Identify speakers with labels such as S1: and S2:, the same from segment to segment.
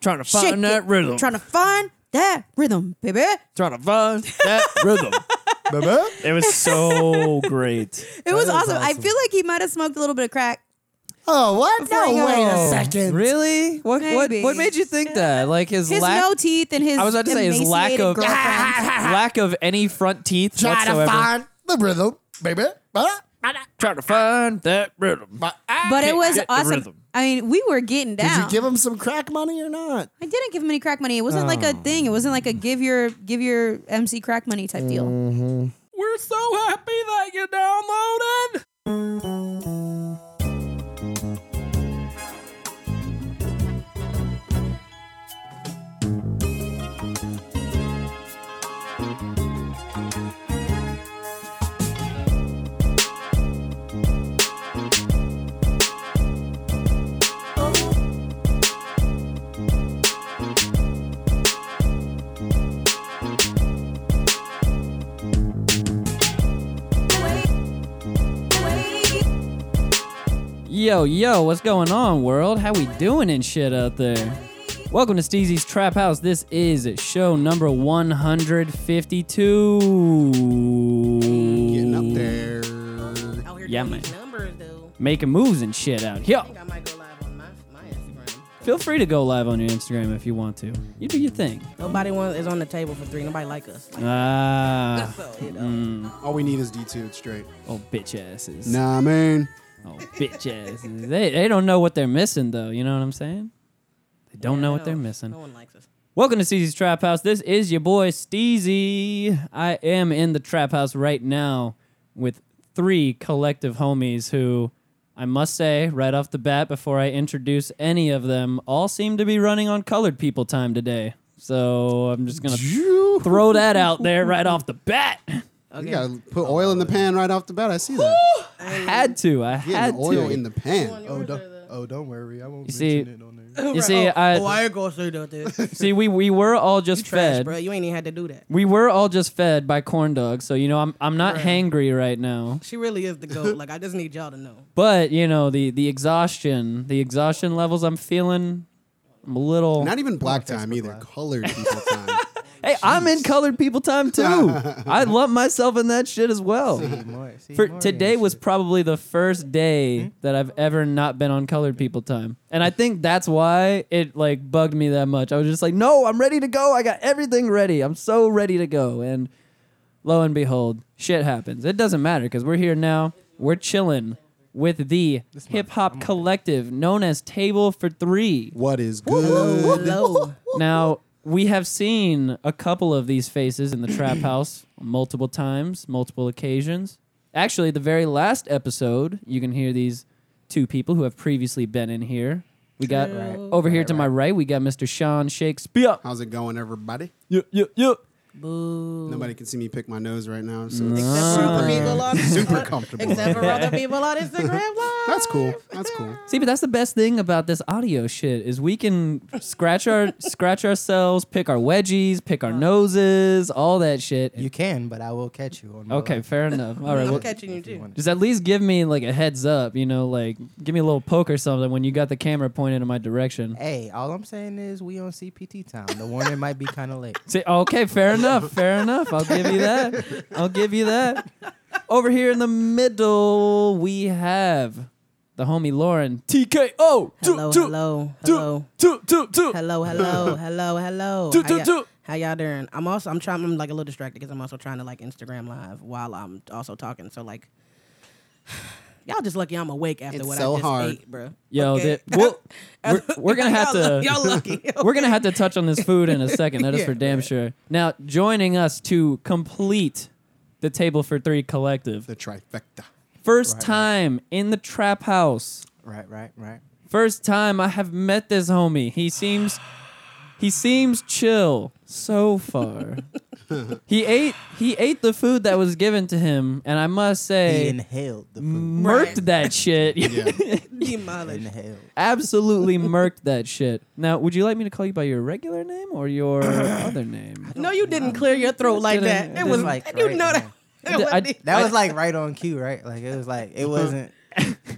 S1: trying to
S2: Shake
S1: find that
S2: it.
S1: rhythm.
S2: Trying to find that rhythm, baby. It
S1: trying to find that rhythm. It was so great.
S2: was
S3: is
S2: awesome. I
S3: awesome.
S2: feel like he might have smoked a little bit of crack.
S3: Oh, what? No,
S2: Hang on.
S3: wait
S2: Whoa.
S3: a second.
S4: Really? What what
S2: Maybe.
S4: what made you think that? Like his,
S2: His
S4: lack
S2: no teeth and his
S4: I was about to say his lack
S2: emaciated
S4: of
S2: girlfriend.
S4: lack of any front teeth
S3: Try to
S4: whatsoever.
S3: find the rhythm, baby. Huh?
S1: Trying to find that rhythm.
S3: But I-
S2: but it was
S1: get the
S2: awesome.
S1: rhythm.
S2: I mean, we were getting
S3: Did
S2: down.
S3: you give him some crack money or not?
S2: I didn't give him any crack money. It wasn't like a
S4: Oh.
S2: thing. It wasn't like a give your give your MC crack money type deal.
S3: Mm.
S1: We're so happy that you downloaded.
S4: Yo, yo, what's going on, world? How we doing and shit out there? Welcome to Steezy's Trap House. This is show number 152.
S3: Getting up there.
S5: out here
S4: Yeah,
S5: doing
S4: man.
S5: these numbers though.
S4: Making moves and shit out here.
S5: I think I might go live on my, my Instagram.
S4: Feel free to go live on your Instagram if you want to. You do your thing.
S5: Nobody want, is on the table for three. Nobody like us. Like,
S4: Ah.
S5: so, you know.
S3: All we need is D2 straight.
S4: Oh, bitch asses.
S3: Nah, man.
S4: Oh, bitch asses. They, they don't know what they're missing, though. You know what I'm saying? They don't know what they're missing.
S5: No one likes us.
S4: Welcome to Steezy's Trap House. This is your boy Steezy. I am in the trap house right now with three collective homies who I must say right off the bat before I introduce any of them all seem to be running on colored people time today. So I'm just going to throw that out there right off the bat.
S5: Okay.
S6: You gotta put oil in the pan right off the bat. I see that.
S4: I had to. I had
S6: Getting oil
S4: to.
S6: in the pan.
S5: Oh,
S3: don't, oh, don't worry. I won't
S4: You see-
S3: mention it on there.
S4: you see,
S5: oh,
S4: I-
S5: oh, I ain't gonna say that. dude.
S4: See, we, we were all just
S5: Trash,
S4: fed.
S5: bro. You ain't even had to do that.
S4: We were all just fed by corn dogs, so you know I'm I'm not
S5: Right.
S4: hangry right now.
S5: She really is the goat. Like I just need y'all to know.
S4: But you know the the exhaustion, the exhaustion levels I'm feeling. I'm a little.
S6: Not even black time either. Colored people time.
S4: hey, I'm in colored people time too. I lump myself in that shit as well. For today was probably the first day that I've ever not been on colored people time, and I think that's why it like bugged me that much. I was just like, no, I'm ready to go. I got everything ready. I'm so ready to go, and lo and behold, shit happens. It doesn't matter because we're here now. We're chilling with the hip hop collective known as Table for Three.
S6: What is good?
S5: Hello.
S4: Now, we have seen a couple of these faces in the trap house multiple times, multiple occasions. Actually, the very last episode, you can hear these two people who have previously been in here. We got over here to my right, we got Mr. Sean Shakespeare.
S6: How's it going, everybody?
S4: Yeah, yeah, yeah.
S5: Boo.
S6: Nobody can see me pick my nose right now. So
S4: Uh,
S5: Except for other people on
S6: super comfortable.
S5: Except for other people on Instagram Live.
S6: That's cool. That's cool.
S4: See, but that's the best thing about this audio shit is we can scratch our scratch ourselves, pick our wedgies, pick our noses, all that shit.
S3: You can, but I will catch you. On my
S4: Okay,
S3: live.
S4: fair enough. All right,
S5: I'm
S4: well-
S5: catching you too.
S4: Just at least give me like a heads up, you know, like give me a little poke or something when you got the camera pointed in my direction.
S3: Hey, all I'm saying is we on CPT time. The warning might be kind of late.
S4: Say, okay, fair enough, fair enough. I'll give you that. I'll give you that. Over here in the middle, we have the homie Lauren TKO.
S5: Hello, hello, hello.
S4: Two, two, two.
S5: Hello, hello, hello, hello.
S4: Toot,
S5: How
S4: toot,
S5: ya-
S4: toot.
S5: How y'all doing? I'm also I'm trying I'm like a little distracted because I'm also trying to like Instagram live while I'm also talking. So like y'all just lucky I'm awake after
S6: It's
S5: what
S6: so
S5: I just
S6: hard.
S5: ate, bro.
S4: Yo,
S5: Okay.
S4: that- we'll- we're, we're gonna have
S5: Y'all
S4: to
S5: lu- Y'all lucky.
S4: we're gonna have to touch on this food in a second. That is
S5: Yeah,
S4: for damn sure. Now, joining us to complete the table for three collective,
S6: The trifecta.
S4: first time in the trap house.
S3: Right, right, right.
S4: First time I have met this homie. He seems he seems chill so far. he ate he ate the food that was given to him, and I must
S3: He
S4: say
S3: inhaled the food.
S4: murked that shit.
S5: Demolished.
S3: Inhaled.
S4: Absolutely murked that shit. Now, would you like me to call you by your regular name or your other name?
S5: No, you didn't clear your throat like
S4: Didn't-
S5: that. It
S4: didn't-
S5: was
S3: Like,
S5: like you
S3: right,
S5: know that.
S3: yeah.
S5: that
S4: D- I-
S5: wasn't-
S3: That was like right on cue, right? Like it was like it wasn't,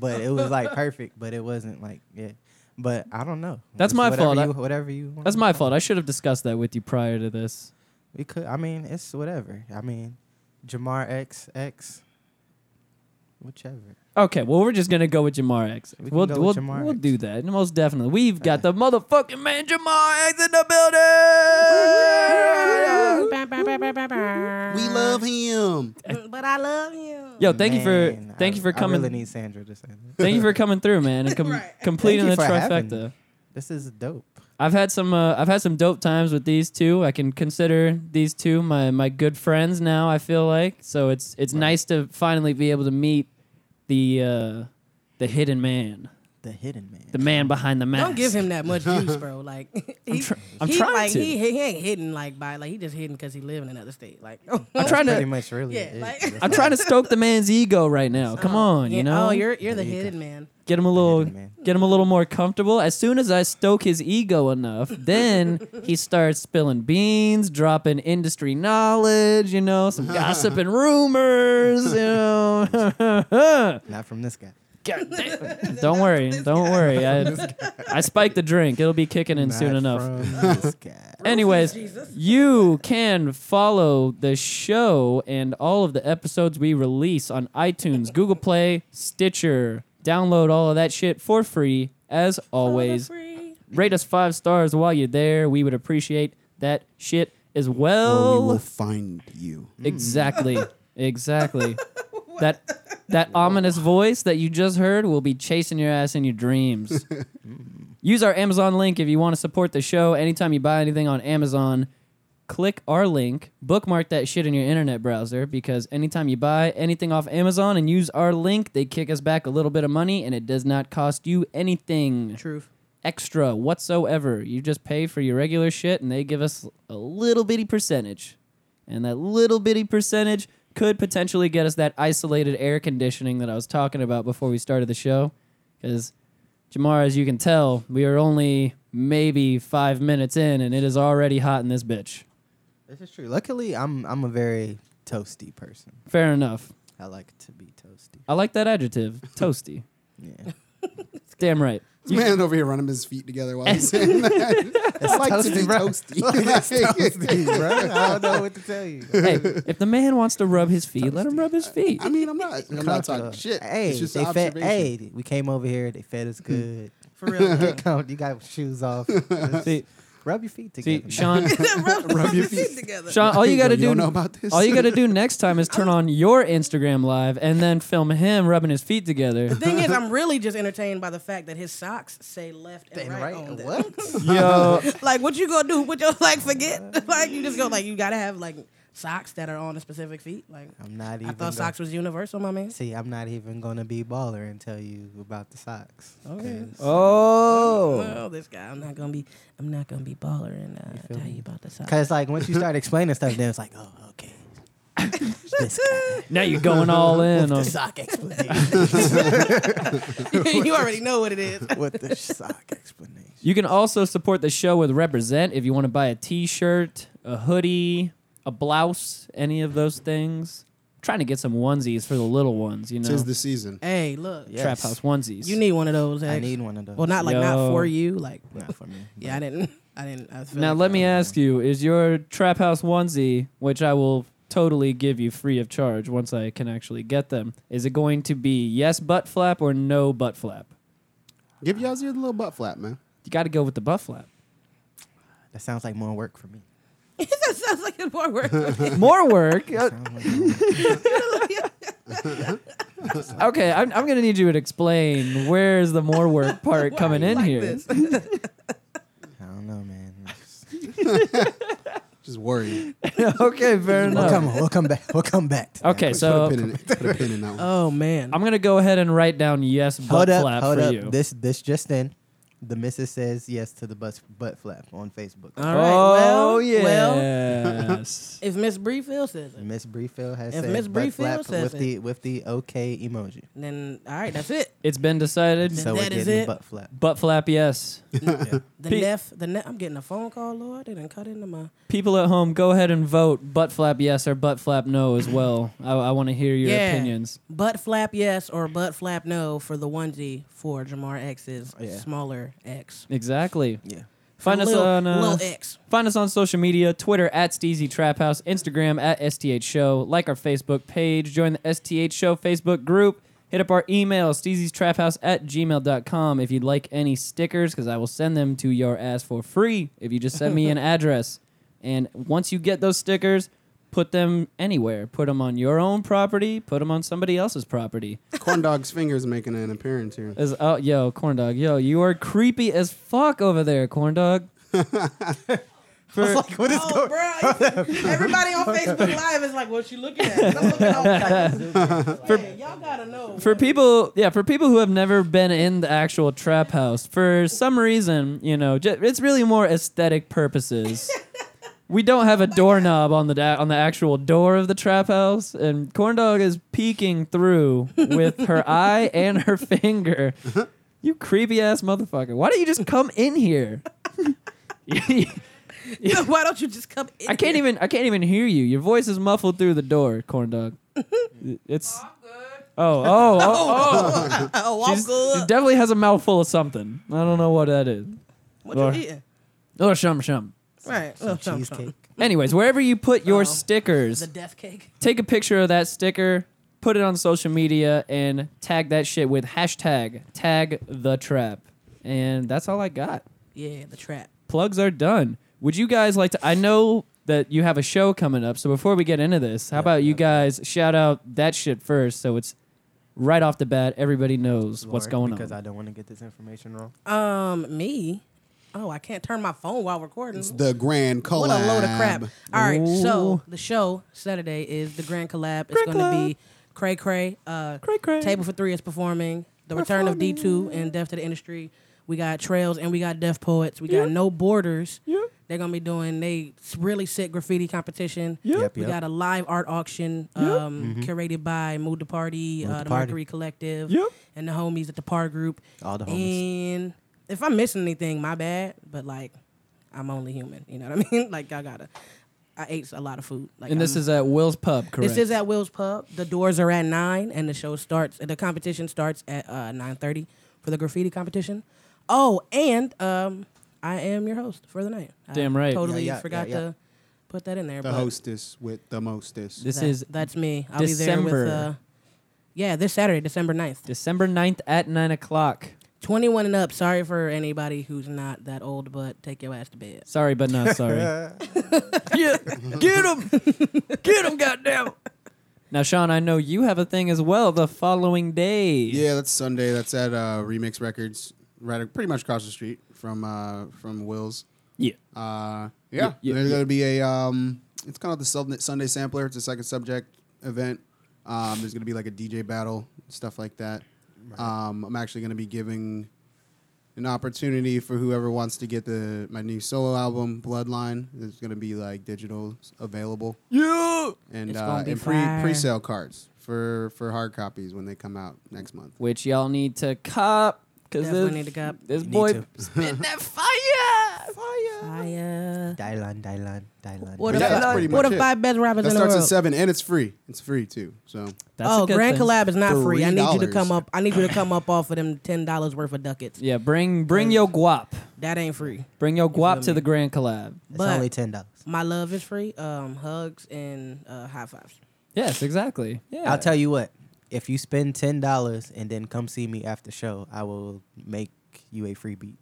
S3: but it was like perfect, but it wasn't like yeah. But I don't know.
S4: That's
S3: It's
S4: my
S3: whatever
S4: fault.
S3: You,
S4: I-
S3: whatever you. Want.
S4: That's my fault. I should have discussed that with you prior to this.
S3: We could. I mean, it's whatever. I mean, Jamar X X. Whichever.
S4: Okay, well, we're just gonna go with Jamar X.
S3: We
S4: We
S3: can
S4: will
S3: go
S4: we'll,
S3: with Jamar
S4: we'll
S3: X.
S4: do that. Most definitely. We've got the motherfucking man Jamar X in the building.
S6: We love him.
S5: But I love you.
S4: Yo, thank you
S3: Man,
S4: for thank
S3: I-
S4: you for coming.
S3: I really need Sandra to say this.
S4: thank you for coming through, man, and com-
S5: Right.
S4: completing the
S3: Thank you for having
S4: trifecta.
S3: me. This is dope.
S4: I've had some uh, I've had some dope times with these two. I can consider these two my my good friends now. I feel like so it's it's nice to finally be able to meet the uh, the hidden man,
S3: The hidden man.
S4: the man behind the mask.
S5: Don't give him that much juice, bro. Like he,
S4: tr- I'm
S5: he,
S4: trying
S5: like,
S4: to.
S5: He, he ain't hidden like by like he just hidden because he live in another state. Like
S4: I'm trying
S3: Pretty
S4: to
S3: much, really.
S5: Yeah,
S3: it.
S5: like-
S3: That's
S4: I'm
S3: all.
S4: trying to stoke the man's ego right now. Come on, you know.
S5: Oh, you're you're the
S3: There you go.
S5: hidden man.
S4: get him a little
S3: hidden man.
S4: get him a little more comfortable. As soon as I stoke his ego enough, then he starts spilling beans, dropping industry knowledge, you know, some gossip and rumors, you know.
S3: Not from this guy.
S4: God damn. Don't worry, don't worry. I, I spiked the drink. It'll be kicking in soon
S3: Not
S4: enough.
S3: From this guy.
S4: Anyways,
S5: Jesus.
S4: you can follow the show and all of the episodes we release on iTunes, Google Play, Stitcher. Download all of that shit for free, as always.
S5: Free.
S4: Rate us five stars while you're there. We would appreciate that shit as
S6: Or we
S4: well.
S6: will find you.
S4: Exactly. Exactly. that that ominous voice that you just heard will be chasing your ass in your dreams. Use our Amazon link if you want to support the show. Anytime you buy anything on Amazon, click our link, bookmark that shit in your internet browser because anytime you buy anything off Amazon and use our link, they kick us back a little bit of money and it does not cost you anything
S5: Truth.
S4: extra whatsoever. You just pay for your regular shit and they give us a little bitty percentage. And that little bitty percentage could potentially get us that isolated air conditioning that I was talking about before we started the show. Because, Jamar, as you can tell, we are only maybe five minutes in and it is already hot in this bitch.
S3: This is true. Luckily, I'm I'm a very toasty person.
S4: Fair enough.
S3: I like to be toasty.
S4: I like that adjective, toasty.
S3: Yeah.
S4: Damn right.
S6: This man over here running his feet together while he's saying that. It's like to be toasty.
S3: toasty, bro. I don't know what to tell you.
S4: Hey, if the man wants to rub his feet, let him rub his feet.
S6: I mean, I'm not. I'm not talking shit.
S3: Hey,
S6: it's just
S3: they
S6: an
S3: fed,
S6: observation.
S3: hey, we came over here. They fed
S4: Hmm.
S3: us good.
S5: For real. man.
S3: Come, you got shoes off. Just
S4: See,
S3: Rub your feet
S4: see,
S3: together.
S4: Sean,
S5: rub, rub your feet together.
S4: Sean, all you got to
S6: You
S4: do
S6: don't know about this?
S4: All you got to do next time is turn on your Instagram live and then film him rubbing his feet together.
S5: Thing is, I'm really just entertained by the fact that his socks say left and right. on them.
S3: What?
S4: Yo,
S5: Like, what you gonna do? What you like? Forget? like, you just go like you gotta have like socks that are on a specific feet. Like,
S3: I'm not
S5: I
S3: even. gonna-
S5: thought socks was universal, my man.
S3: See, I'm not even gonna be baller and tell you about the socks.
S5: Okay.
S3: 'Cause
S4: oh,
S5: Well, this guy, I'm not gonna be, I'm not gonna be baller and uh, tell you about the socks.
S3: Cause like once you start explaining stuff, then it's like, oh, okay. this guy,
S4: now you're going all in. on-
S3: sock explanation.
S5: you already know what it is.
S3: what the sock explanation?
S4: You can also support the show with Represent if you want to buy a T-shirt, a hoodie, a blouse, any of those things. trying to get some onesies for the little ones, you know,
S6: Tis the season.
S5: Hey, look,
S4: trap house onesies.
S5: you need one of those.
S3: I
S5: X.
S3: need one of those.
S5: Well, not like not
S4: Yo.
S5: for you. Like,
S3: not for me.
S5: yeah, I didn't, I didn't. I feel
S4: now
S5: like
S4: let me
S5: I-
S4: ask you: Is your trap house onesie, which I will totally give you free of charge once I can actually get them, is it going to be yes butt flap or no butt flap?
S6: Give y'all's ear the little butt flap, man.
S4: You got to go with the butt flap.
S3: That sounds like more work for me.
S5: that sounds like it's more work. for me.
S4: More work. Uh, okay, I'm, I'm gonna need you to explain where's the more work part
S5: Why
S4: coming
S5: are you like
S4: in here.
S5: this?
S3: I don't know, man. It's-
S6: Just worry.
S4: okay, fair
S3: We'll
S4: enough.
S3: come. We'll come back. We'll come back. to that.
S4: Okay,
S6: Just put a
S4: so
S6: pin in it. Put a pin in that one.
S5: Oh man,
S4: I'm gonna go ahead and write down yes butt
S3: Hold up.
S4: flap
S3: hold
S4: for
S3: up.
S4: you.
S3: This. This just in. The missus says yes to the bus butt flap on Facebook.
S5: All right.
S4: oh
S5: well,
S4: yes.
S5: well, if Miss Breefield says it,
S3: Miss Breefield has
S5: If
S3: said
S5: Miss
S3: butt
S5: Breefield
S3: flap
S5: says
S3: with
S5: it.
S3: the with the okay emoji.
S5: then all right, that's it.
S4: it's been decided.
S5: Then
S3: So we're
S5: that is
S3: getting
S5: it.
S3: butt flap.
S4: Butt flap, yes.
S5: The
S4: Pe-
S5: nef, the nef. I'm getting a phone call, Lord. They done cut into my.
S4: People at home, go ahead and vote butt flap yes or butt flap no as well. I, I want to hear your
S5: Yeah.
S4: opinions.
S5: butt flap yes or butt flap no for the onesie for Jamar X's
S3: Yeah.
S5: smaller Twitter X.
S4: Exactly.
S3: Yeah.
S4: Oh, Find us
S5: Lil-
S4: on uh,
S5: Lil X.
S4: find us on social media: Twitter at Steezy Trap House, Instagram at STH Show. Like our Facebook page, join the STH Show Facebook group. Hit up our email, steezystraphouse at gmail.com if you'd like any stickers, because I will send them to your ass for free if you just send me an address. And once you get those stickers, put them anywhere. Put them on your own property, put them on somebody else's property.
S6: Corn Dog's fingers making an appearance here.
S4: As, oh, yo, corn dog, yo, you are creepy as fuck over there, corn dog.
S5: I was like, what is going on? Everybody on Facebook Live is like, what you looking at? 'Cause I'm looking out like, man, y'all gotta know.
S4: For people, yeah, for people who have never been in the actual trap house, for some reason, you know, ju- it's really more aesthetic purposes. we don't have a doorknob on the da- on the actual door of the trap house, and corn dog is peeking through with her eye and her finger. You creepy ass motherfucker! Why don't you just come in here?
S5: Why don't you just come in?
S4: I can't even I can't even hear you. Your voice is muffled through the door, corn dog. It's oh oh oh oh.
S5: Oh, I'm
S4: She's-
S5: good.
S4: She definitely has a mouthful of something. I don't know what that is.
S5: What you eating?
S4: Oh shum shum.
S5: Right. Oh,
S3: Some
S5: some-
S3: cheesecake.
S4: Anyways, wherever you put your
S5: Uh-oh.
S4: stickers,
S5: Oh. The death cake.
S4: take a picture of that sticker, put it on social media, and tag that shit with hashtag tag the trap. And that's all I got.
S5: Yeah, the trap.
S4: plugs are done. Would you guys like to? I know that you have a show coming up, so before we get into this, how about you guys shout out that shit first, so it's right off the bat, everybody knows what's
S3: Lord,
S4: going
S3: Because
S4: on.
S3: I don't want to get this information wrong.
S5: Um, me. Oh, I can't turn my phone while recording.
S6: It's the grand collab.
S5: What a load of crap. All right, so the show Saturday is the grand collab. It's
S4: Grand
S5: going to be Cray Cray. Uh,
S4: Cray Cray.
S5: Table for Three is performing. The return of D two and Deaf to the Industry. We got Trails and we got Deaf Poets. We got No Borders.
S4: Yeah.
S5: They're gonna be doing they s- really sick graffiti competition.
S4: Yep.
S3: Yep,
S5: We
S3: yep.
S5: got a live art auction um, curated by Mood the Party, uh,
S3: the
S5: the,
S3: Party.
S5: Mercury Collective,
S4: Yep.
S5: and the homies at the Par Group.
S3: All the homies.
S5: And if I'm missing anything, my bad. But like, I'm only human. You know what I mean? like, I gotta. I ate a lot of food. Like,
S4: and this
S5: I'm-
S4: is at Will's Pub, correct?
S5: this is at Will's Pub. The doors are at nine, and the show starts. The competition starts at uh, nine thirty for the graffiti competition. Oh, and um, I am your host for the night. I
S4: Damn right.
S5: Totally
S3: Yeah, yeah,
S5: forgot
S3: yeah, yeah.
S5: to put that in there.
S6: The
S5: but
S6: hostess with the mostest.
S4: this
S5: that-
S4: is
S5: that's me. I'll be there
S4: December.
S5: with. Uh, yeah, this Saturday, December 9th.
S4: December 9th at nine o'clock.
S5: 21 and up. Sorry for anybody who's not that old, but take your ass to bed.
S4: Sorry, but not sorry. get get him, get him, goddamn. Now, Sean, I know you have a thing as well. The following day.
S6: Yeah, that's Sunday. That's at uh, Remix Records, right, pretty much across the street from uh, from Will's.
S4: Yeah.
S6: Uh, yeah,
S4: yeah,
S6: there's
S4: yeah.
S6: gonna be a. Um, it's called the Sun- Sunday Sampler. It's a second subject event. Um, there's gonna be like a DJ battle, stuff like that. Um, I'm actually gonna be giving an opportunity for whoever wants to get the my new solo album, Bloodline. It's gonna be like digital s- available. Yeah, and
S5: It's
S6: uh,
S5: gonna be
S6: and pre
S5: fire.
S6: pre sale cards for for hard copies when they come out next month.
S4: which y'all need to cop because
S5: Definitely
S4: this,
S5: need to cop.
S4: this
S3: You
S4: boy
S3: need
S4: spit that fire, fire.
S5: Hiya.
S3: Dylan, Dylan, Dylan.
S5: What
S6: Yeah,
S5: if,
S6: that's pretty
S5: what
S6: much
S5: if
S6: it.
S5: five best rappers
S6: That
S5: in the
S6: starts
S5: world?
S6: at seven, and it's free. It's free too. So
S4: That's
S5: oh,
S4: a good
S5: Grand
S4: thing.
S5: Collab is not free. I need you to
S6: $3.
S5: come up. I need you to come up off of them ten dollars worth of ducats.
S4: Yeah, bring bring your guap,
S5: That ain't free.
S4: bring your guap to the Grand Collab.
S3: It's
S5: but-
S3: only ten dollars.
S5: My love is free. Um, hugs and uh, high fives.
S4: Yes, exactly. Yeah,
S3: I'll tell you what. If you spend ten dollars and then come see me after show, I will make you a free beat.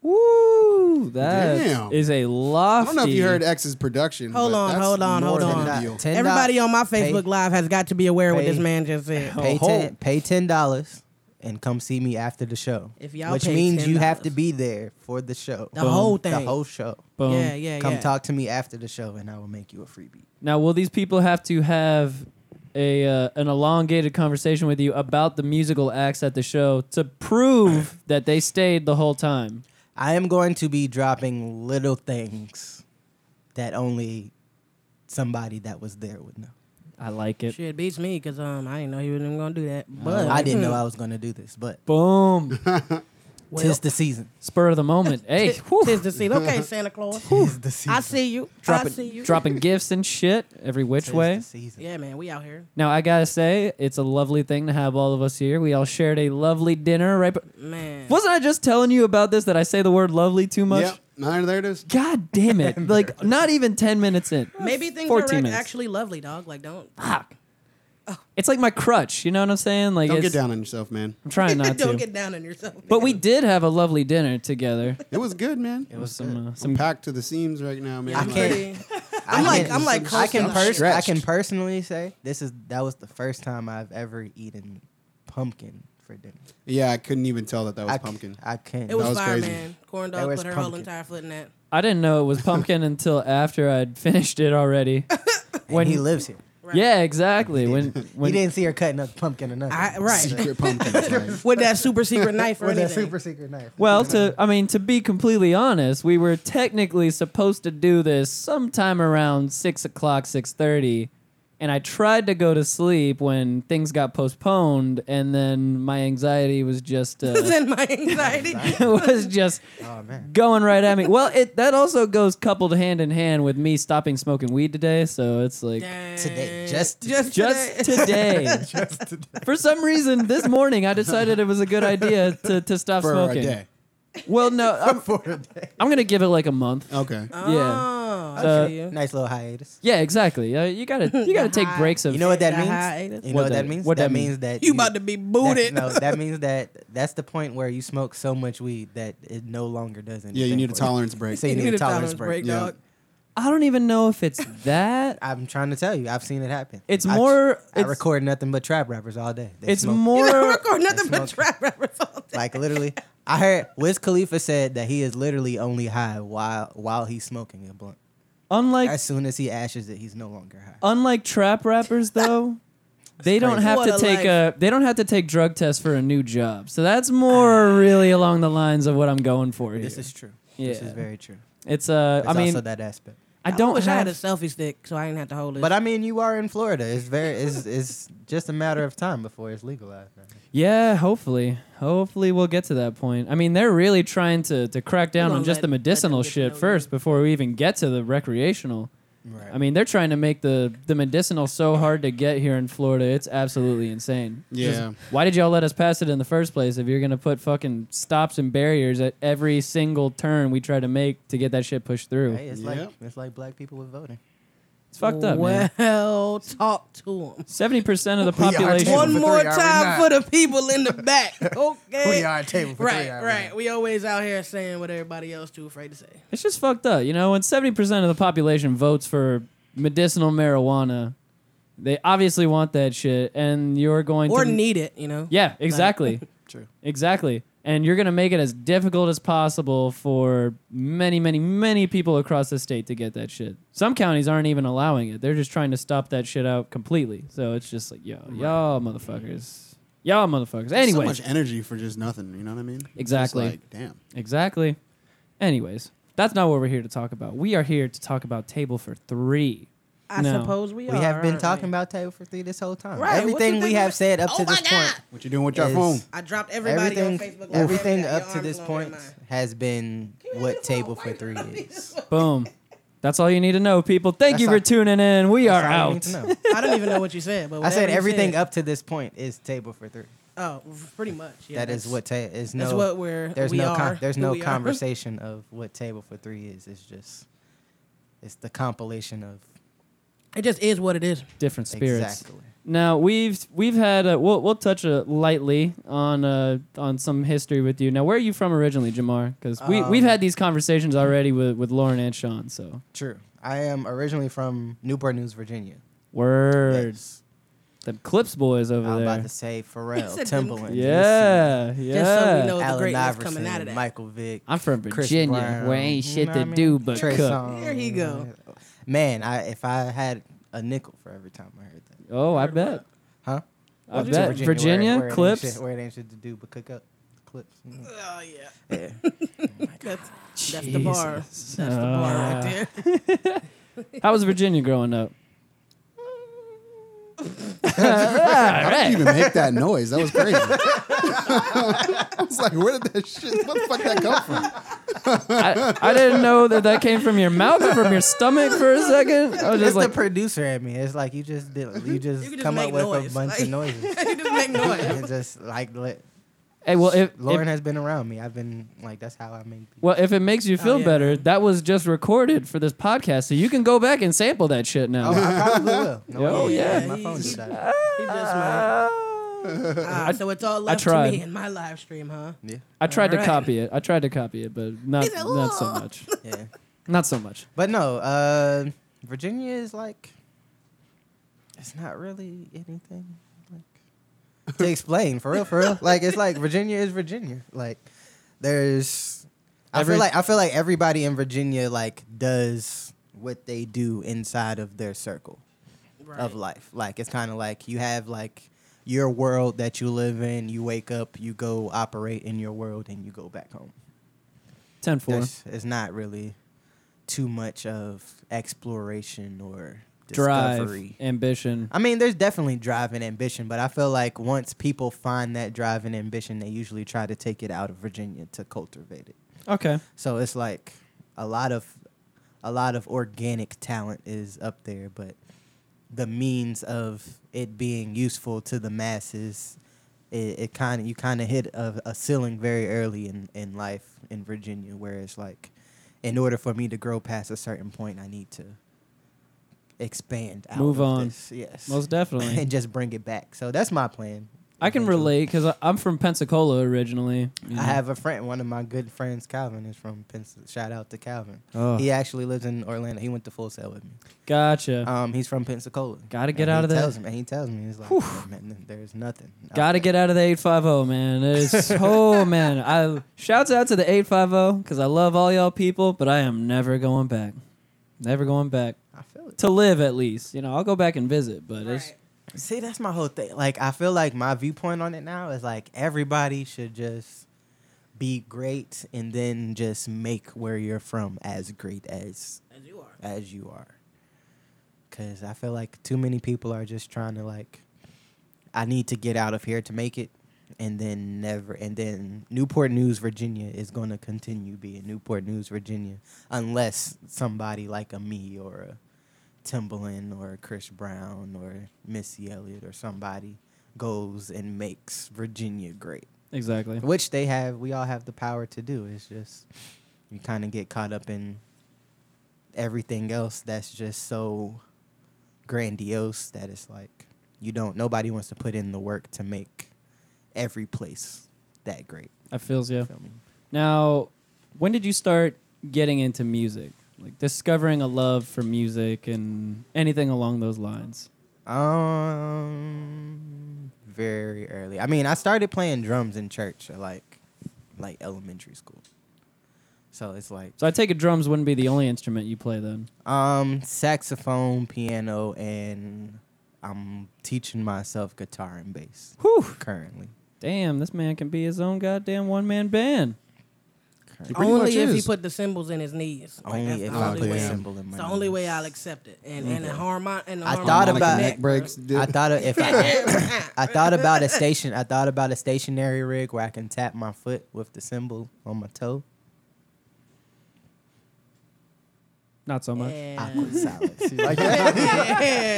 S4: Woo, that is
S6: Damn.
S4: a lofty.
S6: I don't know if you heard X's production.
S5: Hold
S6: but
S5: on,
S6: that's
S5: hold on,
S6: more
S5: hold
S6: than
S5: on.
S6: a
S3: Ten
S6: deal.
S3: do- ten
S5: Everybody
S3: do-
S5: on my
S3: pay-
S5: Facebook Live has got to be aware what
S3: pay-
S5: this man just said.
S3: Pay
S4: Oh,
S3: ten, pay ten dollars and come see me after the show.
S5: If y'all
S3: which
S5: pay
S3: means you have to
S5: $10.
S3: be there for the show,
S5: The whole
S3: the
S5: thing.
S3: whole show.
S4: Boom.
S5: Yeah, yeah,
S3: Come
S5: yeah.
S3: talk to me after the show, and I will make you a free beat.
S4: Now, will these people have to have a uh, an elongated conversation with you about the musical acts at the show to prove that they stayed the whole time?
S3: I am going to be dropping little things that only somebody that was there would know.
S4: I like it.
S5: Shit beats me because um I didn't know he was even gonna do that. But
S3: I didn't know I was going to do this, but
S4: Boom.
S5: Well,
S3: Tis the season.
S4: Spur of the moment. Hey, whew.
S5: tis the season. Okay, Santa Claus.
S3: Tis the season.
S5: I see you. I see
S4: dropping
S5: you.
S4: dropping gifts and shit every which
S3: Tis
S4: way.
S3: the season.
S5: Yeah, man, we out here.
S4: Now I gotta say, it's a lovely thing to have all of us here. We all shared a lovely dinner. Right? be-
S5: Man.
S4: Wasn't I just telling you about this that I say the word lovely too much?
S6: Yep. No, there it is.
S4: God damn it! like not even ten minutes in.
S5: Maybe things are
S4: 14
S5: act-
S4: minutes.
S5: actually lovely, dog. Like, don't.
S4: Fuck. It's like my crutch. You know what I'm saying? Like
S6: Don't
S4: it's,
S6: get down on yourself, man.
S4: I'm trying not
S5: don't
S4: to.
S5: get down on yourself.
S4: but we did have a lovely dinner together.
S6: It was good, man. It
S4: With some uh,
S6: I'm
S4: some
S6: packed to the seams right now, man.
S5: I'm
S6: Like,
S5: pretty.
S3: I
S5: I'm like,
S3: can-
S5: I'm like,
S3: I can,
S5: cursing.
S3: pers- I
S6: stretched.
S3: can personally say this is that was the first time I've ever eaten pumpkin for dinner.
S6: yeah, I couldn't even tell that that was
S3: I c-
S6: pumpkin.
S3: I can't.
S5: It was,
S6: was
S5: fire,
S6: crazy.
S5: man. Corn
S3: It
S5: dog
S3: was
S5: put her whole
S3: pumpkin.
S5: entire foot in that.
S4: I didn't know it was pumpkin until after I'd finished it already.
S3: when he lives here.
S5: Right.
S4: Yeah, exactly. When
S3: You
S4: when
S3: didn't see her cutting up pumpkin or nothing.
S5: I, right.
S6: Secret pumpkin. like,
S5: With that super secret knife or
S3: with that
S5: anything.
S3: super secret knife.
S4: well, to I mean, to be completely honest, we were technically supposed to do this sometime around six o'clock, six thirty, and I tried to go to sleep when things got postponed, and then my anxiety was just uh,
S5: then my anxiety.
S4: was just
S3: oh man,
S4: going right at me. Well, it that also goes coupled hand in hand with me stopping smoking weed today, so it's like.
S3: Today, just
S5: just,
S4: Just
S5: today.
S4: today. For some reason, this morning I decided it was a good idea to, to stop
S6: for
S4: smoking.
S6: a day.
S4: Well, no, I'm,
S3: for a day.
S4: I'm gonna give it like a month.
S6: Okay.
S4: Yeah,
S5: Oh,
S4: Uh,
S5: I see you.
S3: Nice little hiatus.
S4: yeah, exactly. Uh, you gotta you gotta take breaks of.
S3: You know what that
S5: The
S3: means?
S5: hiatus.
S3: You know
S4: What
S3: what
S4: that-
S3: that means?
S4: what
S3: that,
S4: that mean?
S3: means that
S5: You about to be
S3: that,
S5: booted.
S3: No, that means that that's the point where you smoke so much weed that it no longer does anything.
S6: Yeah, you need a
S3: for
S6: tolerance break.
S3: So you need a tolerance break.
S6: Yeah.
S5: dog.
S4: I don't even know if it's that.
S3: I'm trying to tell you, I've seen it happen.
S4: It's
S3: I-
S4: more-
S3: I,
S4: it's-
S3: record nothing but trap rappers all day. They
S4: It's
S3: smoke.
S5: You don't
S4: more.
S5: record nothing but
S3: smoking.
S5: trap rappers all day.
S3: like literally. I heard Wiz Khalifa said that he is literally only high while while he's smoking a blunt.
S4: Unlike
S3: As soon as he ashes it, he's no longer high.
S4: unlike trap rappers though they don't
S3: crazy.
S4: have
S5: What
S4: to
S5: a
S4: take a they don't have to take drug tests for a new job so that's
S5: Ah.
S4: more really along the lines of what i'm going for here
S3: This is true. This
S4: Yeah.
S3: is very true.
S4: it's uh
S3: There's
S4: i mean
S3: also that aspect.
S4: i don't
S5: wish I
S4: have
S5: had a selfie stick so I didn't have to hold it.
S3: But I mean, you are in Florida. It's very. It's, it's just a matter of time before it's legalized. Man.
S4: yeah hopefully hopefully we'll get to that point i mean they're really trying to to crack down
S5: We'll
S4: on just
S5: let-
S4: the
S5: let them
S4: medicinal
S5: get to
S4: shit
S5: know you.
S4: first before we even get to the recreational
S3: Right.
S4: I mean, they're trying to make the, the medicinal so hard to get here in Florida. It's absolutely insane.
S6: Yeah.
S4: Why did y'all let us pass it in the first place if you're going to put fucking stops and barriers at every single turn we try to make to get that shit pushed through?
S3: Hey, it's like
S6: Yep.
S3: it's like black people with voting.
S4: It's fucked up, man.
S5: Well, talk to them.
S4: 70% of the
S3: are
S4: population.
S3: table
S5: One
S3: for
S5: more
S3: three, are we
S5: time
S3: not?
S5: for the people in the back. Okay.
S3: table
S5: Right, right. We always out here saying what everybody else too afraid to say.
S4: It's just fucked up. You know, when 70% of the population votes for medicinal marijuana, they obviously want that shit, and you're going
S5: Or
S4: to.
S5: need it, you know?
S4: Yeah, exactly. True. Exactly. And you're going to make it as difficult as possible for many, many, many people across the state to get that shit. Some counties aren't even allowing it. They're just trying to stop that shit out completely. So it's just like, yo, y'all motherfuckers. Y'all motherfuckers.
S6: So
S4: Anyways.
S6: much energy for just nothing. You know what I mean? It's
S4: Exactly.
S6: like, damn.
S4: exactly. Anyways, that's not what we're here to talk about. We are here to talk about table for three.
S5: I
S4: No.
S5: suppose we are.
S3: We have been
S5: aren't
S3: talking about table for three this whole time.
S5: Right, what you
S3: Everything we
S5: think
S3: have
S5: of-
S3: said up to
S5: Oh my
S3: this point,
S5: God!
S6: What you doing with your
S3: Is-
S6: phone?
S5: I dropped everybody
S3: everything,
S5: on Facebook. Live.
S3: everything
S5: Your
S3: up
S5: arms
S3: to this
S5: longer
S3: point
S5: than mine.
S3: has been what table for three is.
S4: Boom. That's all you need to know, people. Thank
S3: That's
S4: you
S3: all-
S4: for tuning in. We are
S3: That's all you
S4: out.
S3: need to know.
S5: I don't even know what you said, but
S3: I said
S5: whatever you
S3: everything up to this point is table for three.
S5: Oh, pretty much. Yeah,
S3: that is
S5: that's-
S3: what ta- is no.
S5: That's what we're.
S3: there's
S5: we
S3: no
S5: are,
S3: con- there's
S5: who
S3: no
S5: we are.
S3: conversation of what table for three is. It's just it's the compilation of
S5: It just is what it is.
S4: Different spirits.
S3: exactly.
S4: Now we've we've had uh we'll we'll touch uh, lightly on uh, on some history with you. Now, where are you from originally, Jamar? Because we
S3: Um,
S4: we've had these conversations already with with Lauren and Sean. So
S3: True. I am originally from Newport News, Virginia.
S4: words,
S3: Yes.
S4: the Clips boys over
S3: I'm
S4: there.
S3: about to say Pharrell,
S5: said
S3: Timbaland,
S4: yeah, yeah.
S5: Just so we know the
S3: Alan
S5: greatness coming
S3: Iverson,
S5: out of that.
S3: Michael Vick.
S4: I'm from
S3: Chris
S4: Virginia,
S3: Brown,
S4: where ain't
S3: you
S4: shit
S3: know
S4: to
S3: what I mean?
S4: do but
S3: Trey
S4: cook.
S3: Songz,
S5: There he go.
S3: Man, I if I had a nickel for every time I heard that,
S4: Oh, I bet.
S3: huh?
S4: I
S3: To
S4: bet
S3: Virginia,
S4: Virginia,
S3: where- where it ain't
S4: Clips.
S3: shit- where it ain't shit to do but cook up clips. Mm.
S5: Oh yeah.
S3: Yeah.
S5: That's, that's the bar. That's the bar right there.
S4: How was Virginia growing up? All
S6: I
S4: right.
S6: didn't even make that noise. That was crazy. I was like, where did that shit? What the fuck that come from?
S4: I, I didn't know that that came from your mouth or from your stomach for a second. I was
S3: It's
S4: just
S3: the
S4: like,
S3: producer at me. It's like you just did. You just,
S5: can just
S3: come up
S5: make
S3: with
S5: noise,
S3: a bunch
S5: like-
S3: of noises.
S5: you just make noise.
S3: and just like let,
S4: hey, well, if,
S3: Lauren
S4: if-
S3: has been around me. I've been like that's how I make.
S4: well, if it makes
S3: Oh,
S4: you feel
S5: yeah.
S4: better, that was just recorded for this podcast, so you can go back and sample that shit
S3: Oh,
S4: now.
S3: I probably will. No,
S4: Oh, yeah.
S3: my phone did that.
S5: He just might. Ah, so it's all left to
S4: tried.
S5: me in my live stream, huh?
S3: Yeah,
S4: I tried to
S5: Alright.
S4: copy it. I tried to copy it, but not
S5: He's like,
S4: not so
S5: "Whoa."
S4: much.
S3: yeah.
S4: Not so much.
S3: But no, uh, Virginia is like, it's not really anything like to explain for real, for real. Like it's like Virginia is Virginia. Like there's, I
S4: Every-
S3: feel like I feel like everybody in Virginia like does what they do inside of their circle of life. Like it's kind of like you have like your world that you live in. You wake up, you go operate in your world, and you go back home.
S4: Ten four.
S3: There's, it's not really too much of exploration or
S4: Drive,
S3: discovery.
S4: ambition.
S3: I mean, there's definitely drive and ambition, but I feel like once people find that drive and ambition, they usually try to take it out of Virginia to cultivate it.
S4: Okay.
S3: So it's like a lot of a lot of organic talent is up there, but the means of it being useful to the masses, it, it kind of you kind of hit a, a ceiling very early in in life in Virginia, where it's like, in order for me to grow past a certain point, I need to expand, out
S4: Move
S3: of
S4: on.
S3: this. yes,
S4: Most definitely.
S3: and just bring it back. So that's my plan.
S4: I can
S3: Eventually.
S4: relate because I'm from Pensacola originally. you know.
S3: I have a friend, one of my good friends, Calvin, is from Pensacola. Shout out to Calvin.
S4: Oh.
S3: He actually lives in Orlando. He went to Full Sail with me.
S4: Gotcha.
S3: Um, he's from Pensacola.
S4: Gotta
S3: And
S4: get
S3: he
S4: out of that.
S3: tells me- and he tells me, he's like, "Man, th- there's nothing. out
S4: Gotta
S3: there."
S4: get out of the 850, man. It's, oh, man. I Shouts out to the 850 because I love all y'all people, but I am never going back. Never going back.
S3: I feel it.
S4: To live, at least. You know, I'll go back and visit, but it's.
S3: See, that's my whole thing. Like, I feel like my viewpoint on it now is like everybody should just be great and then just make where you're from as great as
S5: As you are.
S3: as you are. Cause I feel like too many people are just trying to like, I need to get out of here to make it, and then never, and then Newport News, Virginia is going to continue being Newport News, Virginia, unless somebody like a me or a Timbaland or a Chris Brown or Missy Elliott or somebody goes and makes Virginia great
S4: Exactly.
S3: which they have we all have the power to do it's just you kind of get caught up in everything else that's just so grandiose that it's like you don't nobody wants to put in the work to make every place that great
S4: I feels you.
S3: feel me
S4: Now, when did you start getting into music? Like discovering a love for music and anything along those lines?
S3: um very early i mean i started playing drums in church at like like elementary school so it's like
S4: So I take it drums wouldn't be the only instrument you play then.
S3: Um, saxophone, piano, and I'm teaching myself guitar and bass
S4: Whew.
S3: currently.
S4: Damn, this man can be his own goddamn one man band.
S6: It pretty
S5: Only
S6: much
S5: if he
S6: is.
S5: put the cymbals in his knees. Like, Oh, that's
S3: only
S5: the
S3: if I
S5: only
S3: put a
S5: way.
S3: symbol in my.
S5: It's the only
S3: name.
S5: way I'll accept it. And and the harmon and the
S3: I
S5: harmon-
S3: thought
S6: Harmonic
S3: about-
S6: neck breaks. dude.
S3: I thought of- if I, I thought about a station. I thought about a stationary rig where I can tap my foot with the symbol on my toe.
S4: Not so much.
S3: Awkward
S5: And-
S3: silence. You like that?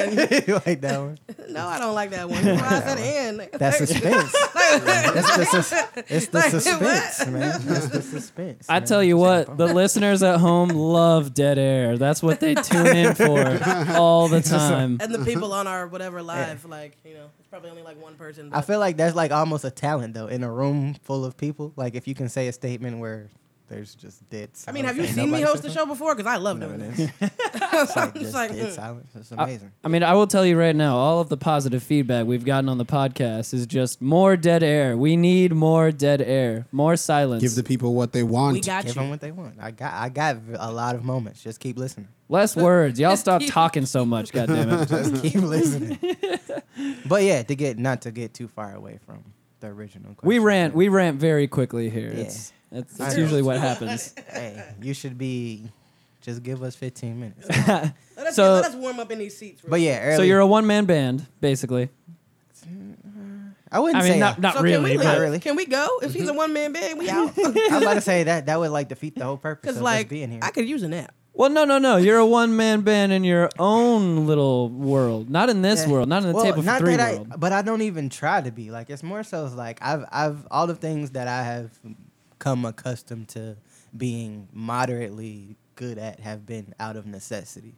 S5: And-
S3: You like that one?
S5: no, I don't like that one. Why I said and.
S3: That's suspense. That's the sus- it's the
S5: Like, what?
S3: suspense, man. It's the suspense.
S4: I
S3: man.
S4: tell you what, the listeners at home love dead air. That's what they tune in for all the time.
S5: and the people on our whatever live, like you know, it's probably only like one person.
S3: I
S5: but-
S3: feel like that's like almost a talent though in a room full of people. Like if you can say a statement where there's just dead.
S5: I
S3: Silence
S5: mean, have you
S3: and
S5: seen me
S3: nobody
S5: host the
S3: says
S5: show before? Because I love doing
S3: nothing,
S5: this.
S3: It's like,
S5: It's
S3: just
S5: like,
S3: dead
S5: mm.
S3: silence. It's
S4: I-
S3: amazing.
S4: I mean, I will tell you right now, all of the positive feedback we've gotten on the podcast is just more dead air. We need more dead air, more silence.
S6: Give the people what they want.
S5: We got
S3: Give
S5: you.
S3: them what they want. I got I got v- a lot of moments. Just keep listening.
S4: Less words. Y'all
S5: Just
S4: stop
S5: keep-
S4: talking so much, goddammit.
S3: Just keep listening. but yeah, to get not to get too far away from the original. Question,
S4: We rant.
S3: but,
S4: we rant very quickly here.
S3: Yeah.
S4: It's that's,
S3: I
S4: that's
S3: know.
S4: usually what happens.
S3: Hey, you should be. Just give us 15 minutes.
S5: Let us us,
S4: So-
S5: let us warm up in these seats. real
S3: But yeah, early.
S4: So you're a one man band, basically.
S3: I wouldn't
S4: I mean,
S3: say
S4: not
S5: quick.
S4: not
S5: So
S4: really,
S5: Can we,
S4: but
S5: leave?
S3: really. Mm-hmm.
S5: Can we go? If he's a one man band, we out.
S3: I was about to say that that would like defeat the whole purpose of
S5: Because
S3: us
S5: like
S3: being here.
S5: I could use a nap.
S4: well, no, no, no. You're a one man band in your own little world, not in this
S3: Yeah.
S4: world, not in the
S3: Well,
S4: table for
S3: not
S4: three
S3: that
S4: world.
S3: I, but I don't even try to be like. It's more so it's like I've I've all the things that I have come accustomed to being moderately good at have been out of necessity.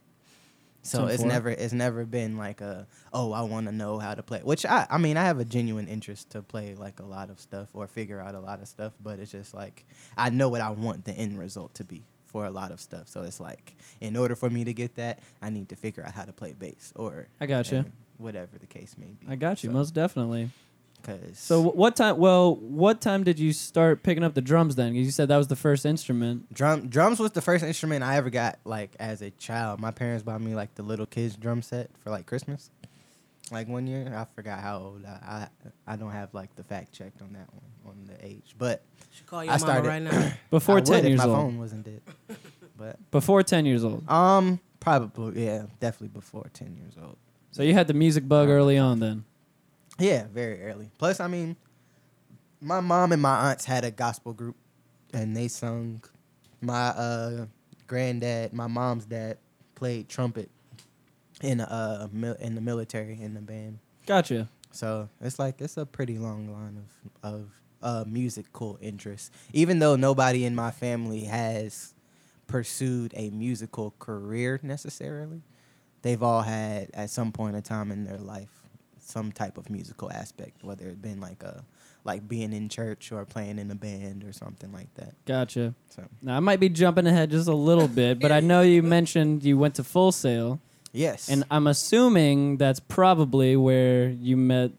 S3: So
S4: Some
S3: it's
S4: form.
S3: never it's never been like a oh I want to know how to play. Which I I mean I have a genuine interest to play like a lot of stuff or figure out a lot of stuff, but it's just like I know what I want the end result to be for a lot of stuff. So it's like in order for me to get that, I need to figure out how to play bass or
S4: I gotcha.
S3: and Whatever the case may be.
S4: I got you, most definitely.
S3: Because
S4: So wh- what time? Well, what time did you start picking up the drums then? 'Cause You said that was the first instrument.
S3: drum drums was the first instrument I ever got like as a child. My parents bought me like the little kids drum set for like Christmas. Like one year, I forgot how old I I, I don't have like the fact checked on that one on the age, but
S5: Should call
S3: I
S5: your mama
S3: started-
S5: right now.
S4: Before
S3: I would
S4: ten
S3: if
S4: years
S3: my
S4: old.
S3: phone wasn't dead. But
S4: Before ten years old.
S3: um, probably yeah, definitely before ten years old.
S4: So you had the music bug early on then.
S3: Yeah, very early. Plus, I mean, my mom and my aunts had a gospel group, and they sung. My uh, granddad, my mom's dad, played trumpet in uh mil- in the military in the band.
S4: Gotcha.
S3: So it's like it's a pretty long line of of uh, musical interests. Even though nobody in my family has pursued a musical career necessarily, they've all had at some point in time in their life some type of musical aspect, whether it's been like a like being in church or playing in a band or something like that.
S4: Gotcha.
S3: So
S4: Now I might be jumping ahead just a little bit, but I know you mentioned you went to Full Sail,
S3: yes,
S4: and I'm assuming that's probably where you met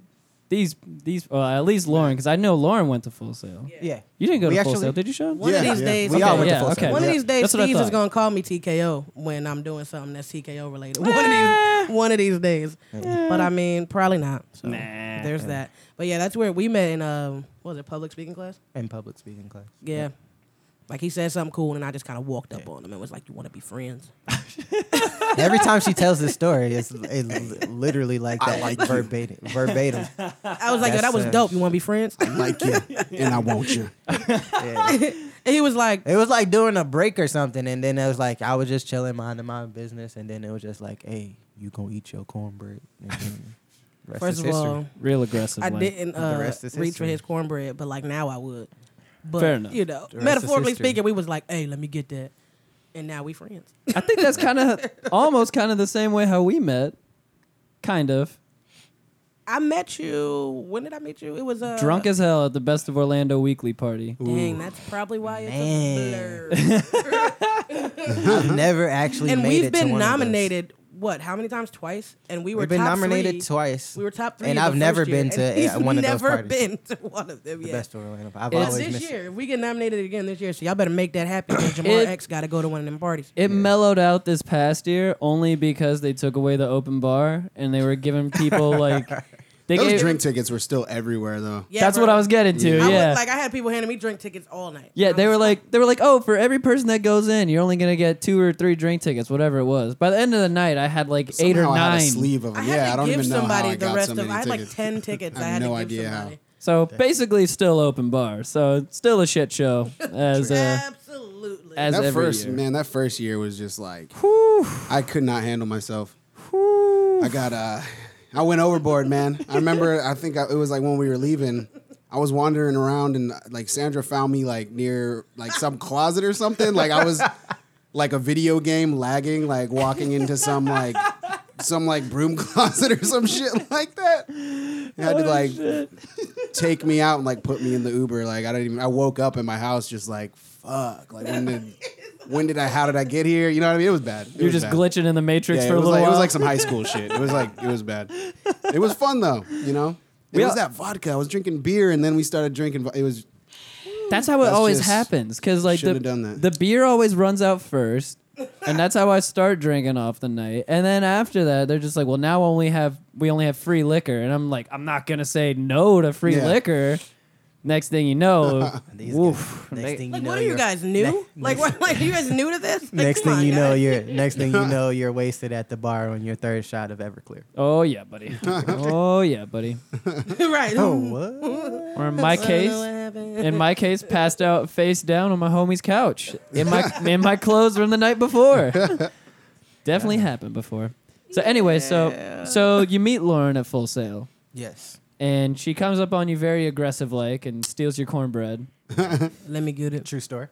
S4: these these uh, at least Lauren, because I know Lauren went to Full Sail.
S3: yeah,
S4: You didn't go
S3: We
S4: to Full
S3: actually-
S4: Sail, did you, Sean?
S5: One
S6: Yeah,
S5: of these
S6: yeah.
S5: days,
S3: we all went
S4: yeah,
S3: to full
S4: okay.
S3: Sail.
S5: One of these days,
S4: That's what I
S5: Steve is
S4: thought.
S5: gonna call me TKO when I'm doing something that's TKO related. One of these, one of these days. But I mean, probably not. So
S1: Nah.
S5: there's that. But yeah, that's where we met in um, what was it public speaking class?
S3: in public speaking class.
S5: Yeah. Like he said something cool, and I just kind of walked up on him and was like, "You want to be friends?"
S3: Every time she tells this story, it's, it's literally like that, like verbatim, verbatim.
S5: I was like, "Yo,
S3: That's,
S5: that was
S3: uh,
S5: dope. You want to be friends?"
S6: I like you and I want you.
S3: Yeah.
S5: And he was like,
S3: It was like during a break or something, and then it was like I was just chilling minding my business, and then it was just like, "Hey, you gonna eat your cornbread?" And then rest
S5: First
S3: is
S5: of
S3: history.
S5: all,
S4: Real aggressive.
S5: I
S4: way.
S5: didn't
S3: The
S5: uh,
S3: rest is
S5: reach for
S3: history.
S5: his cornbread, but like now I would. But
S4: Fair enough.
S5: you know,
S3: is
S5: metaphorically
S3: history.
S5: speaking, we was like, "Hey, let me get that," and now we friends.
S4: I think that's kind of almost kind of the same way how we met, kind of.
S5: I met you. When did I meet you? It was uh,
S4: Drunk as hell at the Best of Orlando weekly party.
S5: Dang, that's probably why it's
S3: Man.
S5: a blur.
S3: I've never actually
S5: and
S3: made
S5: we've
S3: it to
S5: been
S3: one of those.
S5: nominated. What? How many times? Twice. And we were
S3: We've been
S5: top
S3: nominated
S5: three.
S3: twice.
S5: We were top three,
S3: And
S5: the
S3: I've never
S5: first year,
S3: been to,
S5: and he's
S3: uh, one of those
S5: Never
S3: parties.
S5: been to one of them
S3: The
S5: yet.
S3: best of Orlando. I've
S5: But
S4: It's-
S3: always
S5: this
S3: missed.
S5: year, if we get nominated again this year, so y'all better make that happen. 'cause Jamar
S4: It-
S5: X got to go to one of them parties.
S4: It mellowed out this past year only because they took away the open bar and they were giving people like they
S6: Those
S4: gave,
S6: drink tickets were still everywhere though.
S5: Yeah,
S4: That's
S5: bro.
S4: what I was getting to.
S5: I
S4: yeah.
S5: was like, I had people handing me drink tickets all night.
S4: yeah,
S5: I
S4: they
S5: was
S4: were
S5: like.
S4: like they were like, "Oh, for every person that goes in, you're only going to get two or three drink tickets, whatever it was." By the end of the night, I had like 8 or
S6: Somehow
S4: 9.
S6: I had a sleeve of
S5: I
S6: them.
S5: had
S6: Yeah,
S5: to
S6: I don't
S5: give
S6: even know
S5: somebody
S6: how I
S5: the
S6: got
S5: rest
S6: so
S5: of.
S6: many
S5: I had like
S6: tickets.
S5: ten tickets. I,
S6: I have
S5: had
S6: no
S5: to give
S6: idea how.
S5: somebody.
S4: So basically still open bar. So it's still a shit show as uh,
S5: Absolutely.
S4: as
S6: that
S4: every
S6: first
S4: year.
S6: man, that first year was just like I could not handle myself. I got uh I went overboard, man. I remember I think I, it was like when we were leaving, I was wandering around and like Sandra found me like near like some closet or something. Like I was like a video game lagging, like walking into some like some like broom closet or some shit like that. You had
S4: Oh,
S6: to like take me out and like put me in the Uber. Like I didn't even. I woke up in my house just like fuck. Like when did when did I? How did I get here? You know what I mean? It was bad. It
S4: You're
S6: was
S4: just
S6: bad.
S4: glitching in the
S6: Yeah,
S4: matrix
S6: it
S4: for a
S6: was
S4: little
S6: like
S4: while.
S6: it was like some high school shit. It was like it was bad. It was fun though. You know, it
S4: We
S6: was
S4: all-
S6: that vodka. I was drinking beer and then we started drinking. vo- It was
S4: That's how it
S6: That's
S4: always
S6: just-
S4: happens. Because like the,
S6: shouldn't have done that.
S4: the beer always runs out first, and that's how I start drinking off the night. And then after that, they're just like, "Well, now only have we only have free liquor," and I'm like, "I'm not gonna say no to free
S6: Yeah.
S4: liquor." Next thing you know,
S3: These
S4: woof,
S3: guys-
S4: they-
S3: next thing you
S5: Like,
S3: know,
S5: what are you
S3: you're-
S5: guys new? Like, what, like you guys new to this? Like,
S3: Next
S5: come
S3: thing
S5: on,
S3: you know,
S5: guys.
S3: you're next thing you know, you're wasted at the bar on your third shot of Everclear.
S4: Oh yeah, buddy. oh yeah, buddy.
S5: right.
S3: Oh what?
S4: Or
S5: I
S4: in my
S5: don't know what
S4: case,
S5: happened.
S4: in my case, passed out face down on my homie's couch in my in my clothes from the night before. Definitely happened before. So anyway, so so you meet Lauren at Full Sail,
S3: Yes.
S4: and she comes up on you very aggressive like and steals your cornbread.
S5: Let me get it.
S3: True story.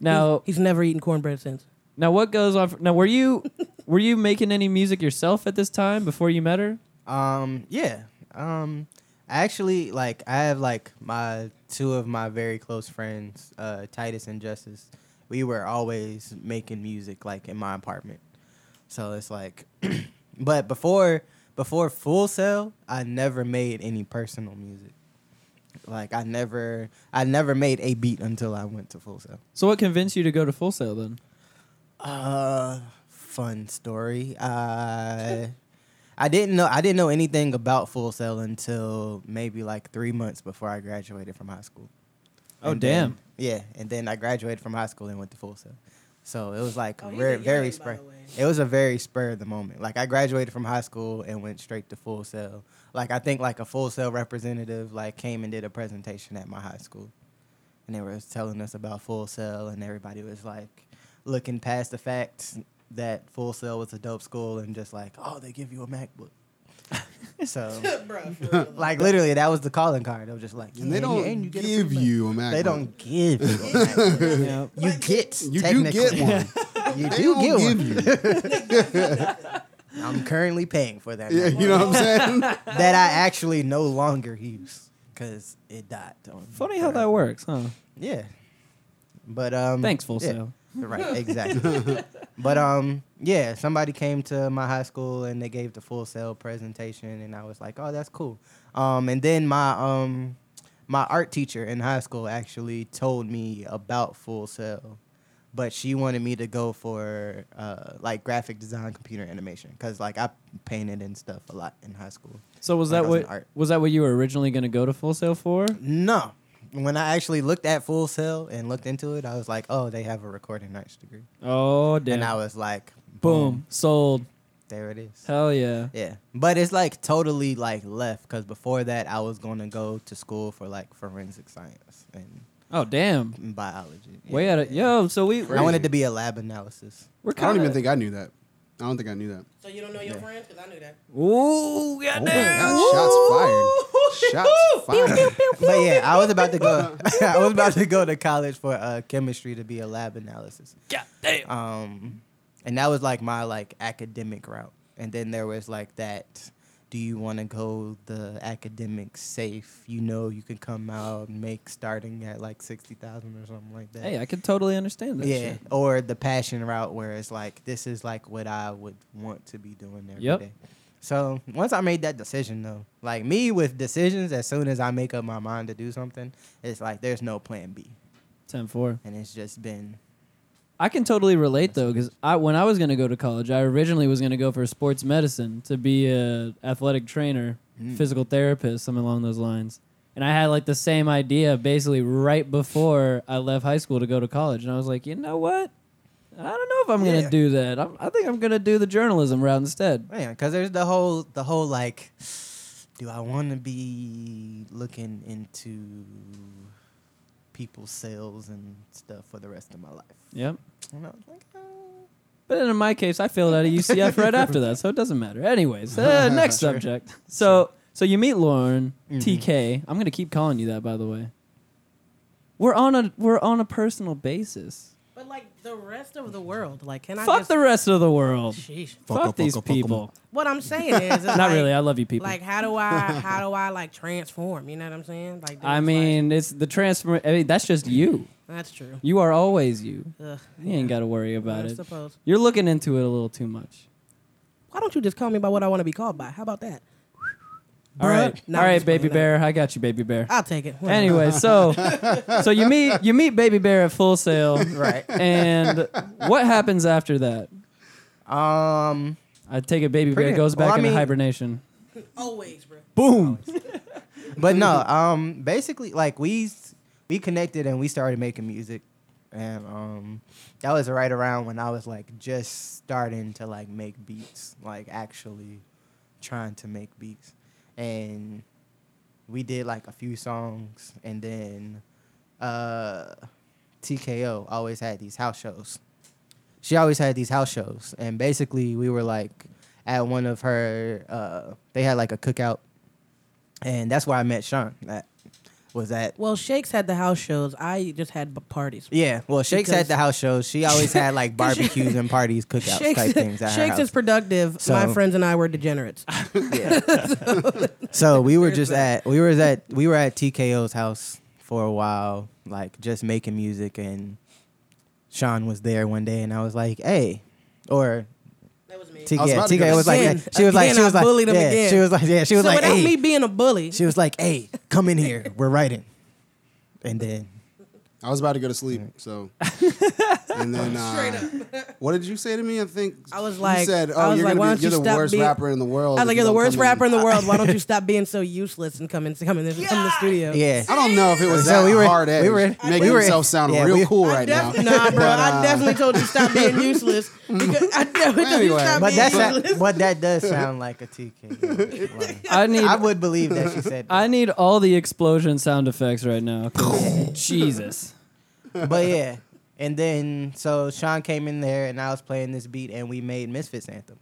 S4: Now,
S5: He's never eaten cornbread since.
S4: now what goes on? now, were you were you making any music yourself at this time before you met her?
S3: Um, yeah. Um, I actually like I have like my two of my very close friends, uh, Titus and Justice. We were always making music like in my apartment. So it's like, but before before Full Sail, I never made any personal music. Like I never I never made a beat until I went to Full Sail.
S4: So what convinced you to go to Full Sail then?
S3: Uh, fun story. Uh, I didn't know I didn't know anything about Full Sail until maybe like three months before I graduated from high school.
S4: Oh,
S3: And then-
S4: damn.
S3: yeah, and then I graduated from high school and went to Full Sail. So it was like
S5: Oh,
S3: a
S5: he's
S3: very,
S5: a young,
S3: very
S5: by
S3: spur.
S5: the way.
S3: It was a very spur of the moment. Like I graduated from high school and went straight to Full Sail. Like I think like a Full Sail representative like came and did a presentation at my high school, and they were telling us about Full Sail, and everybody was like looking past the fact that Full Sail was a dope school and just like, oh, they give you a MacBook. so like literally, that was the calling card. They were just like,
S6: And they
S3: "Yeah,
S6: don't
S3: and get a free
S6: give
S3: Mac."
S6: you a Mac.
S3: They don't give you. a MacBook.
S4: Yeah.
S3: You get
S6: You do
S3: technically.
S6: get one.
S3: you
S6: They
S3: do
S6: don't
S3: get
S6: give
S3: one.
S6: you.
S3: I'm currently paying for that
S6: Yeah,
S3: MacBook
S6: you know what I'm saying?
S3: that I actually no longer use because it died. on me
S4: Funny how that
S3: forever.
S4: works, huh?
S3: Yeah, but um,
S4: Thanks, Full
S3: yeah.
S4: Sail.
S3: Right, exactly. but um, yeah, somebody came to my high school and they gave the full sale presentation, and I was like, oh, that's cool. Um, and then my um, my art teacher in high school actually told me about full sale. But she wanted me to go for uh, like graphic design, computer animation, because like I painted and stuff a lot in high school.
S4: So was
S3: Like
S4: that
S3: I was
S4: what
S3: an art-
S4: was that what you were originally going to go to Full Sail for?
S3: No. When I actually looked at Full Sail and looked into it, I was like, oh, they have a recording arts degree.
S4: Oh damn!
S3: And I was like,
S4: boom.
S3: boom,
S4: sold.
S3: there it is.
S4: Hell yeah!
S3: Yeah. But it's like totally like left because before that, I was going to go to school for like forensic science and
S4: Oh damn!
S3: biology.
S4: Way out of yo. So we
S3: I wanted to be a lab analysis.
S4: We're
S6: I don't
S4: kind
S6: even
S4: of.
S6: think I knew that. I don't think I knew that.
S5: So you don't know your friends? Because I knew that.
S4: Ooh,
S6: Oh,
S4: goddamn!
S6: God, shots fired. Shots fired.
S3: But yeah, I was about to go. I was about to go to college for uh, chemistry to be a lab analysis.
S4: Goddamn!
S6: Ah.
S3: um and that was like my like academic route and then there was like that do you want to go the academic safe you know you can come out and make starting at like 60000 or something like that
S4: Hey, I could totally understand that.
S3: yeah
S4: shit.
S3: or the passion route where it's like this is like what i would want to be doing every day.
S4: Yep.
S3: so once i made that decision though like me with decisions as soon as i make up my mind to do something it's like there's no plan b
S4: Ten four.
S3: and it's just been
S4: I can totally relate though, because I when I was going to go to college, I originally was going to go for sports medicine to be a athletic trainer,
S3: Mm.
S4: physical therapist, something along those lines. And I had like the same idea basically right before I left high school to go to college, and I was like, you know what? I don't know if I'm going
S3: Yeah.
S4: to do that. I'm, I think I'm going to do the journalism route instead.
S3: Man, because there's the whole the whole like, do I want to be looking into people's sales and stuff for the rest of my life?
S4: Yep.
S3: And I was like, oh.
S4: But in my case, I failed out of UCF right after that, so it doesn't matter. Anyways, uh, next subject. So, so you meet Lauren TK. I'm gonna keep calling you that, by the way. We're on a we're on a personal basis.
S5: But like the rest of the world, like can I
S4: Fuck
S5: just,
S4: the rest of the world.
S5: Sheesh.
S4: Fuck, these people.
S5: What I'm saying is, is
S4: Not
S5: like,
S4: really. I love you, people.
S5: Like how do I how do I like transform? You know what I'm saying? Like
S4: I
S5: there's,
S4: mean, it's the transform. I mean, that's just you.
S5: like, that's true.
S4: You are always you.
S5: Ugh,
S4: You ain't got to worry about
S5: I
S4: it.
S5: suppose.
S4: You're looking into it a little too much.
S5: Why don't you just call me by what I want to be called by? How about that?
S4: All
S5: Bruh.
S4: right,
S5: No,
S4: all
S5: I'm
S4: right,
S5: just
S4: baby
S5: playing that.
S4: bear. I got you, baby bear.
S5: I'll take it. Whatever.
S4: Anyway, so so you meet you meet Baby Bear at Full Sail,
S3: Right.
S4: And what happens after that?
S3: Um,
S4: I take it Baby
S3: Pretty-
S4: Bear goes
S3: well,
S4: back
S3: I
S4: into
S3: mean-
S4: hibernation.
S5: always, bro.
S3: boom. but no, um, basically, like we s- we connected and we started making music, and um, that was right around when I was like just starting to like make beats, like actually trying to make beats, and we did like a few songs, and then uh, TKO always had these house shows. She always had these house shows, and basically we were like at one of her. Uh, they had like a cookout and that's where I met Sean. That was that.
S5: Well, Shakes had the house shows. I just had b- parties.
S3: Yeah, well, Shakes had
S5: Because-
S3: the house shows. She always had like barbecues and parties, cookouts type things at her
S5: Shakes is
S3: house.
S5: productive.
S3: So-
S5: My friends and I were degenerates.
S3: So we were just at we were at we were at TKO's house for a while, like just making music, and Sean was there one day, and I was like, "Hey," or
S5: That was me.
S3: T-
S6: I was
S3: yeah,
S6: about to go
S3: TKO was like,
S5: again.
S3: that. she was like,
S5: Again,
S3: she
S5: I
S3: was like,
S5: bullied him
S3: yeah,
S5: again.
S3: she was like, yeah, she was
S5: so
S3: like,
S5: without
S3: hey.
S5: me being a bully,
S3: she was like, "Hey, come in here, we're writing," and then
S6: I was about to go to sleep, so. And then, uh, what did you say to me? I think
S5: I was
S6: you
S5: like-
S6: said, "Oh,
S5: I was
S6: you're,
S5: like,
S6: gonna
S5: why
S6: be,
S5: don't you
S6: you're the
S5: stop
S6: worst
S5: being-
S6: rapper in the
S5: I
S6: world."
S5: was
S6: if
S5: like,
S6: you
S5: "You're the
S6: don't
S5: worst
S6: come in."
S5: rapper in the world. Why don't you stop being so useless and come in, come in, this, come in the studio?"
S3: yeah,
S6: I don't know if it was
S3: So
S6: that
S3: we were-
S6: hard edge.
S3: we were-
S6: making
S3: we were-
S6: himself sound
S3: yeah,
S6: real
S3: we-
S6: cool
S5: I
S6: right now.
S5: def- Nah, bro.
S6: But,
S5: I
S6: uh,
S5: definitely told you to stop being useless. Because I definitely told you
S6: Anyway.
S5: to stop
S3: But
S5: being
S3: that's
S5: useless.
S3: not, but that does sound like a TK. Like,
S4: I need
S3: I would believe that she said.
S4: I need all the explosion sound effects right now. 'cause Jesus.
S3: that. But yeah, and then so Sean came in there and I was playing this beat and we made Misfits anthem.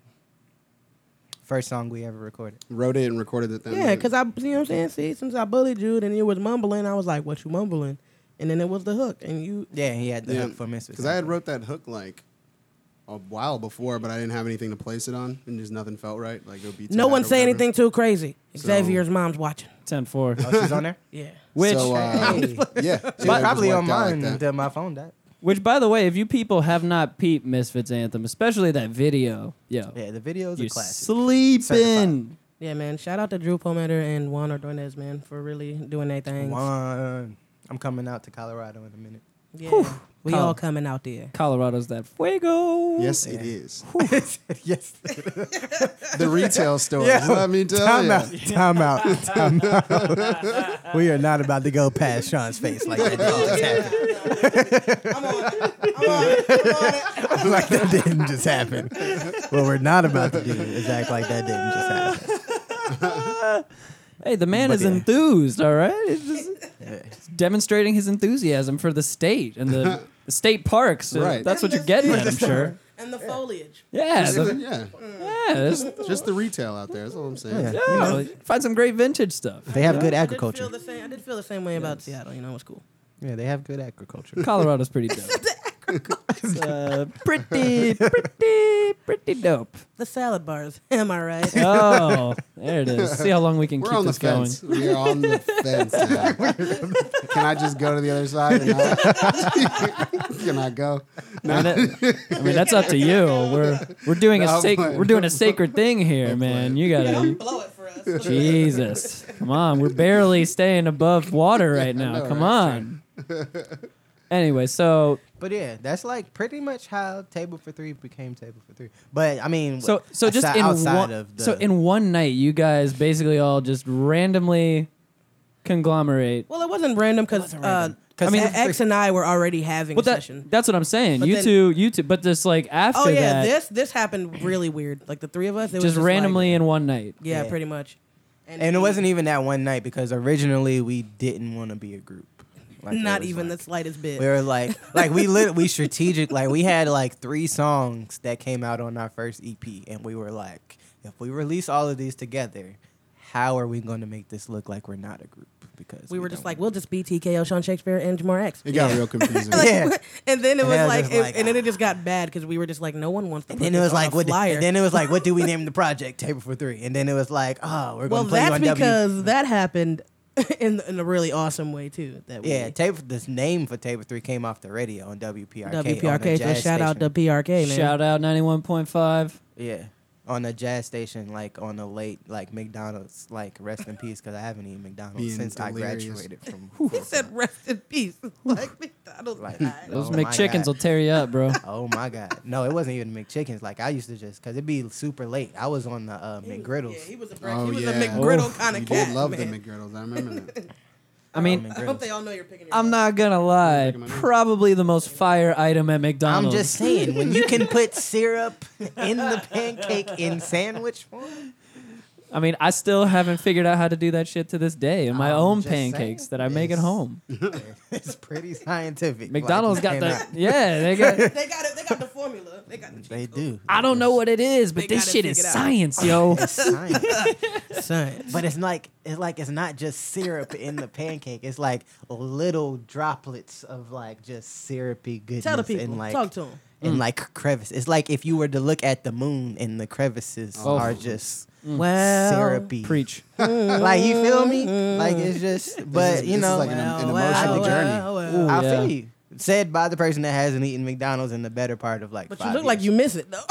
S3: First song we ever recorded.
S6: wrote it and recorded it. Then
S5: Yeah, because I, you know what I'm saying? See, since I bullied you, then you was mumbling. I was like, what you mumbling? And then it was the hook. And you,
S3: Yeah, he had the
S6: Yeah,
S3: hook for Misfits.
S6: because I had
S3: anthem.
S6: wrote that hook like a while before, but I didn't have anything to place it on, and just nothing felt right. Like no beats.
S5: no
S6: I had
S5: one
S6: or
S5: say
S6: whatever.
S5: anything too crazy. Xavier's mom's watching.
S4: 10 4.
S3: Oh, she's on there.
S5: Yeah.
S4: Which,
S6: So, uh, yeah, so it
S3: She's probably
S6: just
S3: on
S6: worked out like
S3: mine
S6: that.
S3: until my phone died.
S4: which, by the way, if you people have not peeped Misfits Anthem, especially that video, yo,
S3: Yeah, the video's a
S4: you're
S3: classic.
S4: sleeping.
S3: Certified.
S5: Yeah, man. Shout out to Drew Pometer and Juan Ordonez, man, for really doing their things.
S3: One. I'm coming out to Colorado in a minute.
S5: Yeah. We all coming out there.
S4: Colorado's that fuego.
S6: Yes, it is.
S3: yes.
S6: The retail stores.
S3: Oh, Yeah.
S6: Let me tell
S3: Time
S6: you.
S3: out. Time out. Time out. we are not about to go past Sean's face like that. didn't just happen. like that didn't just happen. What we're not about to do is act like that didn't just happen.
S4: Hey, the man
S3: But
S4: is
S3: yeah.
S4: enthused, all right? It's just it's demonstrating his enthusiasm for the state and the, the state parks. Uh,
S6: Right.
S4: That's what you're getting at, I'm sure.
S5: And the foliage.
S4: Yeah.
S6: Just-
S4: the-
S6: yeah,
S4: yeah. there's-
S6: just the retail out there. That's all I'm saying.
S3: Yeah.
S4: yeah, Find some great vintage stuff.
S3: They have good
S5: I did, feel
S3: agriculture.
S5: the same, I did feel the same way about Seattle. You know, it was cool.
S3: Yeah, they have good agriculture.
S4: Colorado's pretty dope. It's, uh, pretty, pretty, pretty dope.
S5: The salad bars. Am I right?
S4: Oh, there it is. See how long we can
S6: We're
S4: keep
S6: on the
S4: this going.
S6: fence. We're on the fence. now. Can I just go to the other side? Or not? Can I go?
S4: And it- I mean, that's up to you. We're we're doing
S6: No,
S4: a
S6: I'm
S4: sacred
S6: playing.
S4: we're doing a sacred thing here, man. You gotta
S5: Blow it for us.
S4: Jesus, come on. We're barely staying above water right now.
S6: know,
S4: come
S6: right?
S4: on. anyway, so
S3: But yeah, that's like pretty much how Table for Three became Table for Three. But I mean,
S4: so so just
S3: aside-
S4: in
S3: outside
S4: one
S3: of the,
S4: so in one night, you guys basically all just randomly conglomerate.
S5: Well, it wasn't random because uh,
S3: 'Cause
S5: I mean,
S3: that's the-
S5: X and I were already having
S4: Well,
S5: a
S4: that,
S5: session.
S4: that's what I'm saying.
S5: But
S4: you
S5: then-
S4: two, you two, but just like after
S5: oh yeah,
S4: that,
S5: this this happened really weird. Like the three of us, it was
S4: just,
S5: like-
S4: randomly in one night.
S5: yeah,
S3: Yeah.
S5: pretty much.
S3: and it wasn't even that one night because originally we didn't want to be a group. Like, it
S5: not
S3: was
S5: even
S3: like-
S5: the slightest bit.
S3: We were like, like we lit, we strategic, like we had like three songs that came out on our first EP, and we were like, if we release all of these together, how are we going to make this look like we're not a group? Because
S5: we were just
S3: don't-
S5: like, we'll just be TKO, Sean Shakespeare, and Jamar X.
S6: It got real confusing.
S3: yeah.
S5: And then it
S3: And
S5: was
S3: I was
S5: like,
S3: just
S5: it-
S3: like, "Ah."
S5: and then it just got bad because we were just like, no one wants to.
S3: And
S5: put
S3: then it
S5: this
S3: was
S5: on
S3: like,
S5: a
S3: what?
S5: flyer.
S3: And then it was like, what do we name the project? Table for three. And then it was like, oh, we're
S5: well,
S3: going to play you
S5: that's
S3: on W.
S5: because that happened in in a really awesome way too. That we,
S3: Yeah, table. This name for table three came off the radio on WPRK. on the
S5: WPRK. So
S3: jazz
S5: shout out
S3: station.
S5: to PRK man.
S4: Shout out 91.5.
S3: Yeah. on a jazz station, like on a late, like McDonald's, like rest in peace, because I haven't eaten McDonald's
S6: Being
S3: since
S6: delirious.
S3: I graduated from.
S5: He said rest in peace. like McDonald's
S3: Like-
S5: died.
S4: Those
S3: Oh my
S4: McChickens
S3: God.
S4: will tear you up, bro.
S3: Oh my god! No, it wasn't even McChickens. Like I used to just, cause it'd be super late. I was on the uh,
S5: He was-
S3: McGriddles.
S5: Yeah, he was a,
S6: Oh,
S5: oh, he was
S6: yeah.
S5: a McGriddle
S4: Oh,
S5: kind
S6: you
S5: of
S6: did
S5: cat.
S6: love
S5: man.
S6: the McGriddles. I remember that.
S4: I
S3: Oh,
S4: mean,
S5: I hope they all know you're picking. Your
S4: I'm not gonna lie. Probably the most fire item at McDonald's.
S3: I'm just saying, when you can put syrup in the pancake in sandwich form,
S4: I mean, I still haven't figured out how to do that shit to this day in my
S3: I'm
S4: own
S3: just
S4: pancakes
S3: saying.
S4: that I make at
S3: Yes.
S4: home.
S3: it's pretty scientific.
S4: McDonald's got
S3: Like, you
S4: the
S3: cannot-
S4: yeah. They got.
S5: They got it. They got the formula. They got the. cheat
S3: They
S5: code.
S3: do.
S4: I don't know what it is, but
S5: They
S4: this
S5: gotta
S4: shit is
S5: figure it out.
S4: science, yo.
S3: It's science.
S5: Science.
S3: But it's like it's like it's not just syrup in the pancake. It's like little droplets of like just syrupy goodness.
S5: Tell the people.
S3: And like,
S5: Talk to them.
S3: And like crevice. It's like if you were to look at the moon and the crevices
S4: Oh.
S3: are just
S4: Well,
S3: syrupy.
S4: Preach.
S3: Like you feel me? Like it's just. But you
S6: this is
S3: know,
S6: like an- an emotional journey.
S4: Ooh,
S3: I
S4: yeah.
S3: feel you. Said by the person that hasn't eaten McDonald's in the better part of like.
S5: But you
S3: five
S5: look like
S3: years.
S5: you miss it though.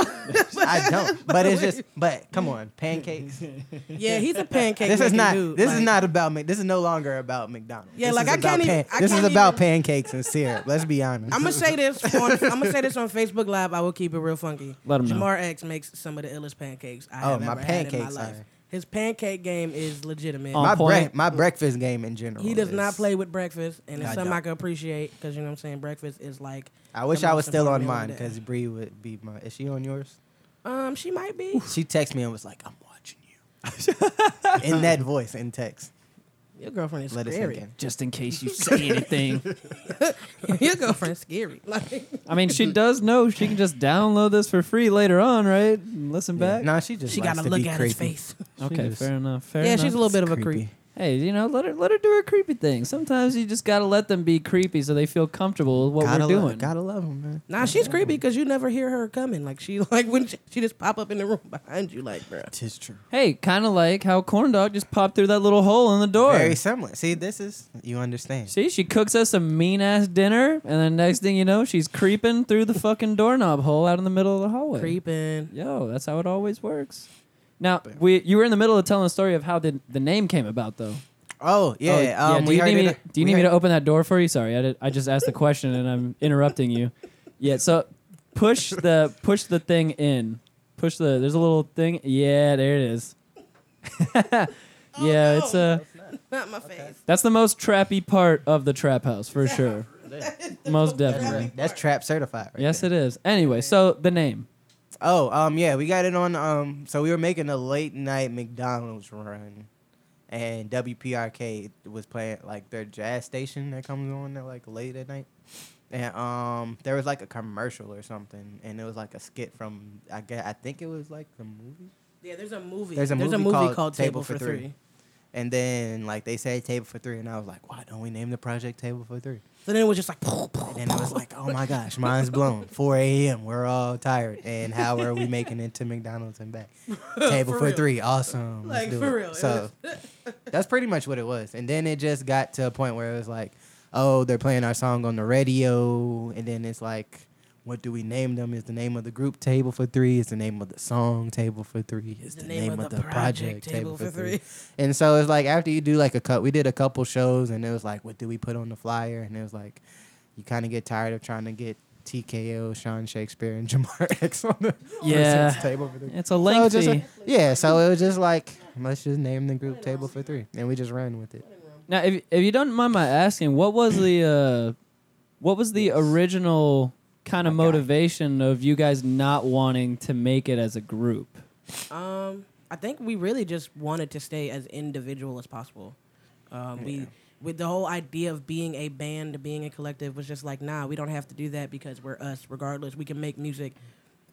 S3: I don't. But it's just. But come on, pancakes.
S5: yeah, he's a pancake.
S3: This is
S5: making
S3: not.
S5: Dude.
S3: This is
S5: Like,
S3: not about. Mc- This is no longer about McDonald's.
S5: Yeah,
S3: This
S5: like,
S3: is
S5: I
S3: about
S5: can't even- I
S3: this
S5: can't
S3: is about
S5: even-
S3: pancakes and syrup. Let's be honest.
S5: I'm gonna say this. On, I'm gonna say this on Facebook Live. I will keep it real funky.
S4: Let 'em know.
S5: Jamar X makes some of the illest pancakes I
S3: Oh,
S5: have
S3: my
S5: ever had in my
S3: pancakes
S5: life.
S3: are-
S5: His pancake game is legitimate.
S4: Um,
S3: my
S4: on point.
S3: bre- my breakfast game in general.
S5: he does
S3: is-
S5: not play with breakfast, and it's
S3: I
S5: something
S3: don't.
S5: I can appreciate because you know what I'm saying. Breakfast is like.
S3: I wish
S5: the
S3: I
S5: most
S3: was still on
S5: important meal of
S3: mine
S5: the day.
S3: because Bree would be my. Is she on yours?
S5: um she might be.
S3: She texted me and was like, "I'm watching you," in that voice in text.
S5: Your girlfriend is
S3: Let us
S5: scary.
S3: in.
S4: Just in case you say anything.
S5: Your girlfriend's scary. Like
S4: I mean, she does know she can just download this for free later on, right? And listen back.
S3: No, she just
S5: she
S3: likes
S5: gotta
S3: to
S5: look
S3: be
S5: at
S3: creepy.
S5: his face.
S4: okay,
S3: just-
S4: fair enough. Fair
S5: yeah,
S4: enough.
S5: she's a little bit of a creep.
S3: Creepy.
S4: Hey, you know, let her let her do her creepy thing. Sometimes you just gotta let them be creepy so they feel comfortable with what
S3: gotta
S4: we're
S3: lo-
S4: doing.
S3: gotta love him, man.
S5: Nah, she's creepy because you never hear her coming. Like she like when she, she just pop up in the room behind you, like bro.
S3: Tis true.
S4: Hey, kind of like how corn dog just popped through that little hole in the door.
S3: Very similar. See, this is you understand.
S4: See, she cooks us a mean ass dinner, and then next thing you know, she's creeping through the fucking doorknob hole out in the middle of the hallway.
S5: Creeping.
S4: Yo, that's how it always works. Now, we you were in the middle of telling a story of how the, the name came about, though.
S3: Oh yeah.
S4: Oh,
S3: um,
S4: do
S3: we
S4: you
S3: heard
S4: need me?
S3: it-
S4: do you
S3: we
S4: need me to
S3: heard-
S4: open that door for you? Sorry, I, did, I just asked the question and I'm interrupting you. Yeah. So push the push the thing in. Push the. There's a little thing. Yeah, there it is. yeah,
S3: Oh,
S4: it's uh, a.
S5: Not my face.
S4: That's the most trappy part of the trap house for sure. most definitely.
S3: That's trap certified. Right
S4: Yes,
S3: there.
S4: it is. Anyway, so the name.
S3: Oh, um, yeah, we got it on. Um, so we were making a late night McDonald's run, and WPRK was playing like their jazz station that comes on at like late at night, and um, there was like a commercial or something, and it was like a skit from I guess I think it was like the movie.
S5: Yeah, there's a movie.
S3: There's a movie called
S5: Table for Three.
S3: And then, like they said, table for three, and I was like, "Why don't we name the project table for three?
S5: So then it was just like
S3: And then I was like, "Oh my gosh, mine's blown. 4 a.m. We're all tired, and how are we making it to McDonald's and back? Table
S5: For
S3: for,
S5: real.
S3: three, awesome. Let's
S5: like
S3: do
S5: for
S3: it.
S5: real. It
S3: So that's pretty much what it was. And then it just got to a point where it was like, "Oh, they're playing our song on the radio," and then it's like. What do we name them? Is the name of the group Table for Three? Is the name of the song Table for Three?
S5: was
S3: Is
S5: the name of the project Table for Three.
S3: and so it's like after you do like a cut, we did a couple shows, and it was like, what do we put on the flyer? And it was like, you kind of get tired of trying to get TKO, Sean Shakespeare, and Jamar X on the
S4: Yeah.
S3: person's table for the
S4: It's a
S3: So it was
S4: lengthy.
S3: just like- yeah, so it was just like let's just name the group Table for Three, and we just ran with it.
S4: Now, if if you don't mind my asking, what was the uh, what was the original kind of motivation of you guys not wanting to make it as a group?
S5: Um, I think we really just wanted to stay as individual as possible. Um, We with the whole idea of being a band, being a collective, was just like, nah, we don't have to do that because we're us. Regardless, we can make music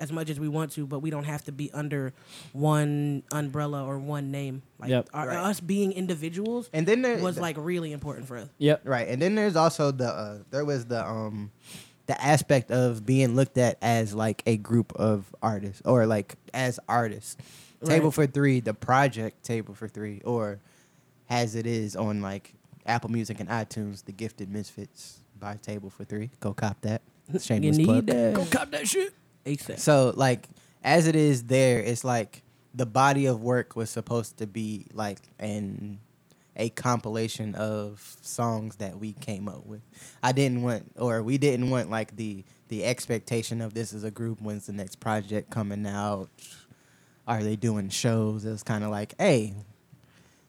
S5: as much as we want to, but we don't have to be under one umbrella or one name. Like
S4: Yep.
S5: our,
S3: Right.
S5: us being individuals
S3: And then there
S5: was like really important for us.
S4: Yep.
S3: right, and then there's also the uh, there was the um the aspect of being looked at as like a group of artists or like as artists. Table
S5: Right.
S3: for Three, the project Table for Three, or as it is on like Apple Music and iTunes, The Gifted Misfits by Table for Three. Go cop that. Shameless plug.
S5: that. Go cop that shit. ASAP.
S3: So like as it is there, it's like the body of work was supposed to be like an a compilation of songs that we came up with. I didn't want or we didn't want like the the expectation of this is a group, when's the next project coming out? Are they doing shows? It was kinda like, hey,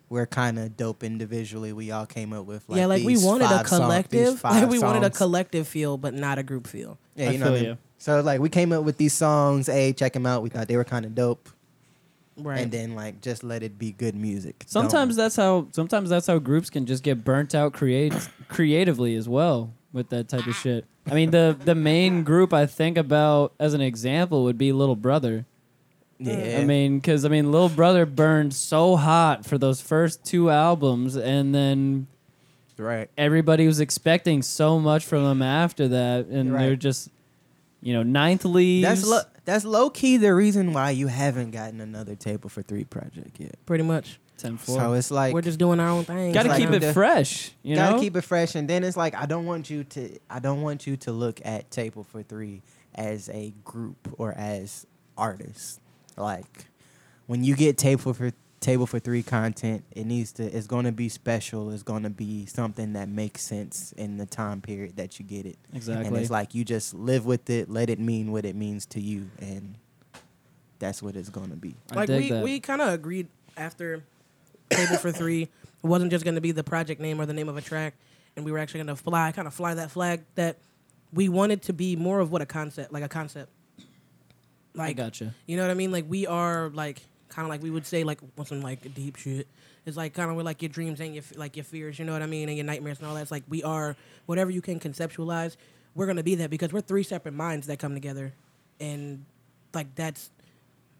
S3: we're kind of dope individually. We all came up with like
S5: yeah, like we
S3: these
S5: wanted a
S3: five song- these
S5: collective.
S3: five
S5: like we wanted a
S3: songs.
S5: collective feel, but not a group feel.
S3: Yeah,
S4: I
S3: you know what I
S4: feel
S3: mean?
S4: you.
S3: So like we came up with these songs, hey, check them out. We thought they were kind of dope.
S5: Right.
S3: And then like just let it be good music.
S4: Sometimes that's how sometimes that's how groups can just get burnt out create creatively as well with that type of shit. I mean the the main group I think about as an example would be Little Brother.
S3: Don't- yeah.
S4: I mean cuz I mean Little Brother burned so hot for those first two albums and then
S3: right.
S4: everybody was expecting so much from them after that and
S3: Right.
S4: they're just you know ninth leaves.
S3: That's lo- that's low key the reason why you haven't gotten another table for three project yet.
S5: Pretty much,
S4: 10
S3: so it's like
S5: we're just doing our own thing.
S4: Got to
S5: Like,
S4: keep
S5: I'm
S4: it
S5: just-
S4: fresh, you
S3: gotta
S4: know?
S3: keep it fresh, and then it's like I don't want you to I don't want you to look at table for three as a group or as artists. Like when you get table for table for three content, it needs to it's going to be special. It's going to be something that makes sense in the time period that you get it. And
S4: exactly.
S3: it's like you just live with it, let it mean what it means to you, and that's what it's going to be.
S4: I
S5: like
S4: dig
S5: we
S4: that.
S5: we kind of agreed after table for three it wasn't just going to be the project name or the name of a track and we were actually going to fly kind of fly that flag that we wanted to be more of what a concept like a concept like
S4: I gotcha.
S5: you know what i mean like we are like kind of like we would say like on some like deep shit it's like kind of with like your dreams and your f- like your fears you know what i mean and your nightmares and all that it's like we are whatever you can conceptualize we're going to be that because we're three separate minds that come together and like that's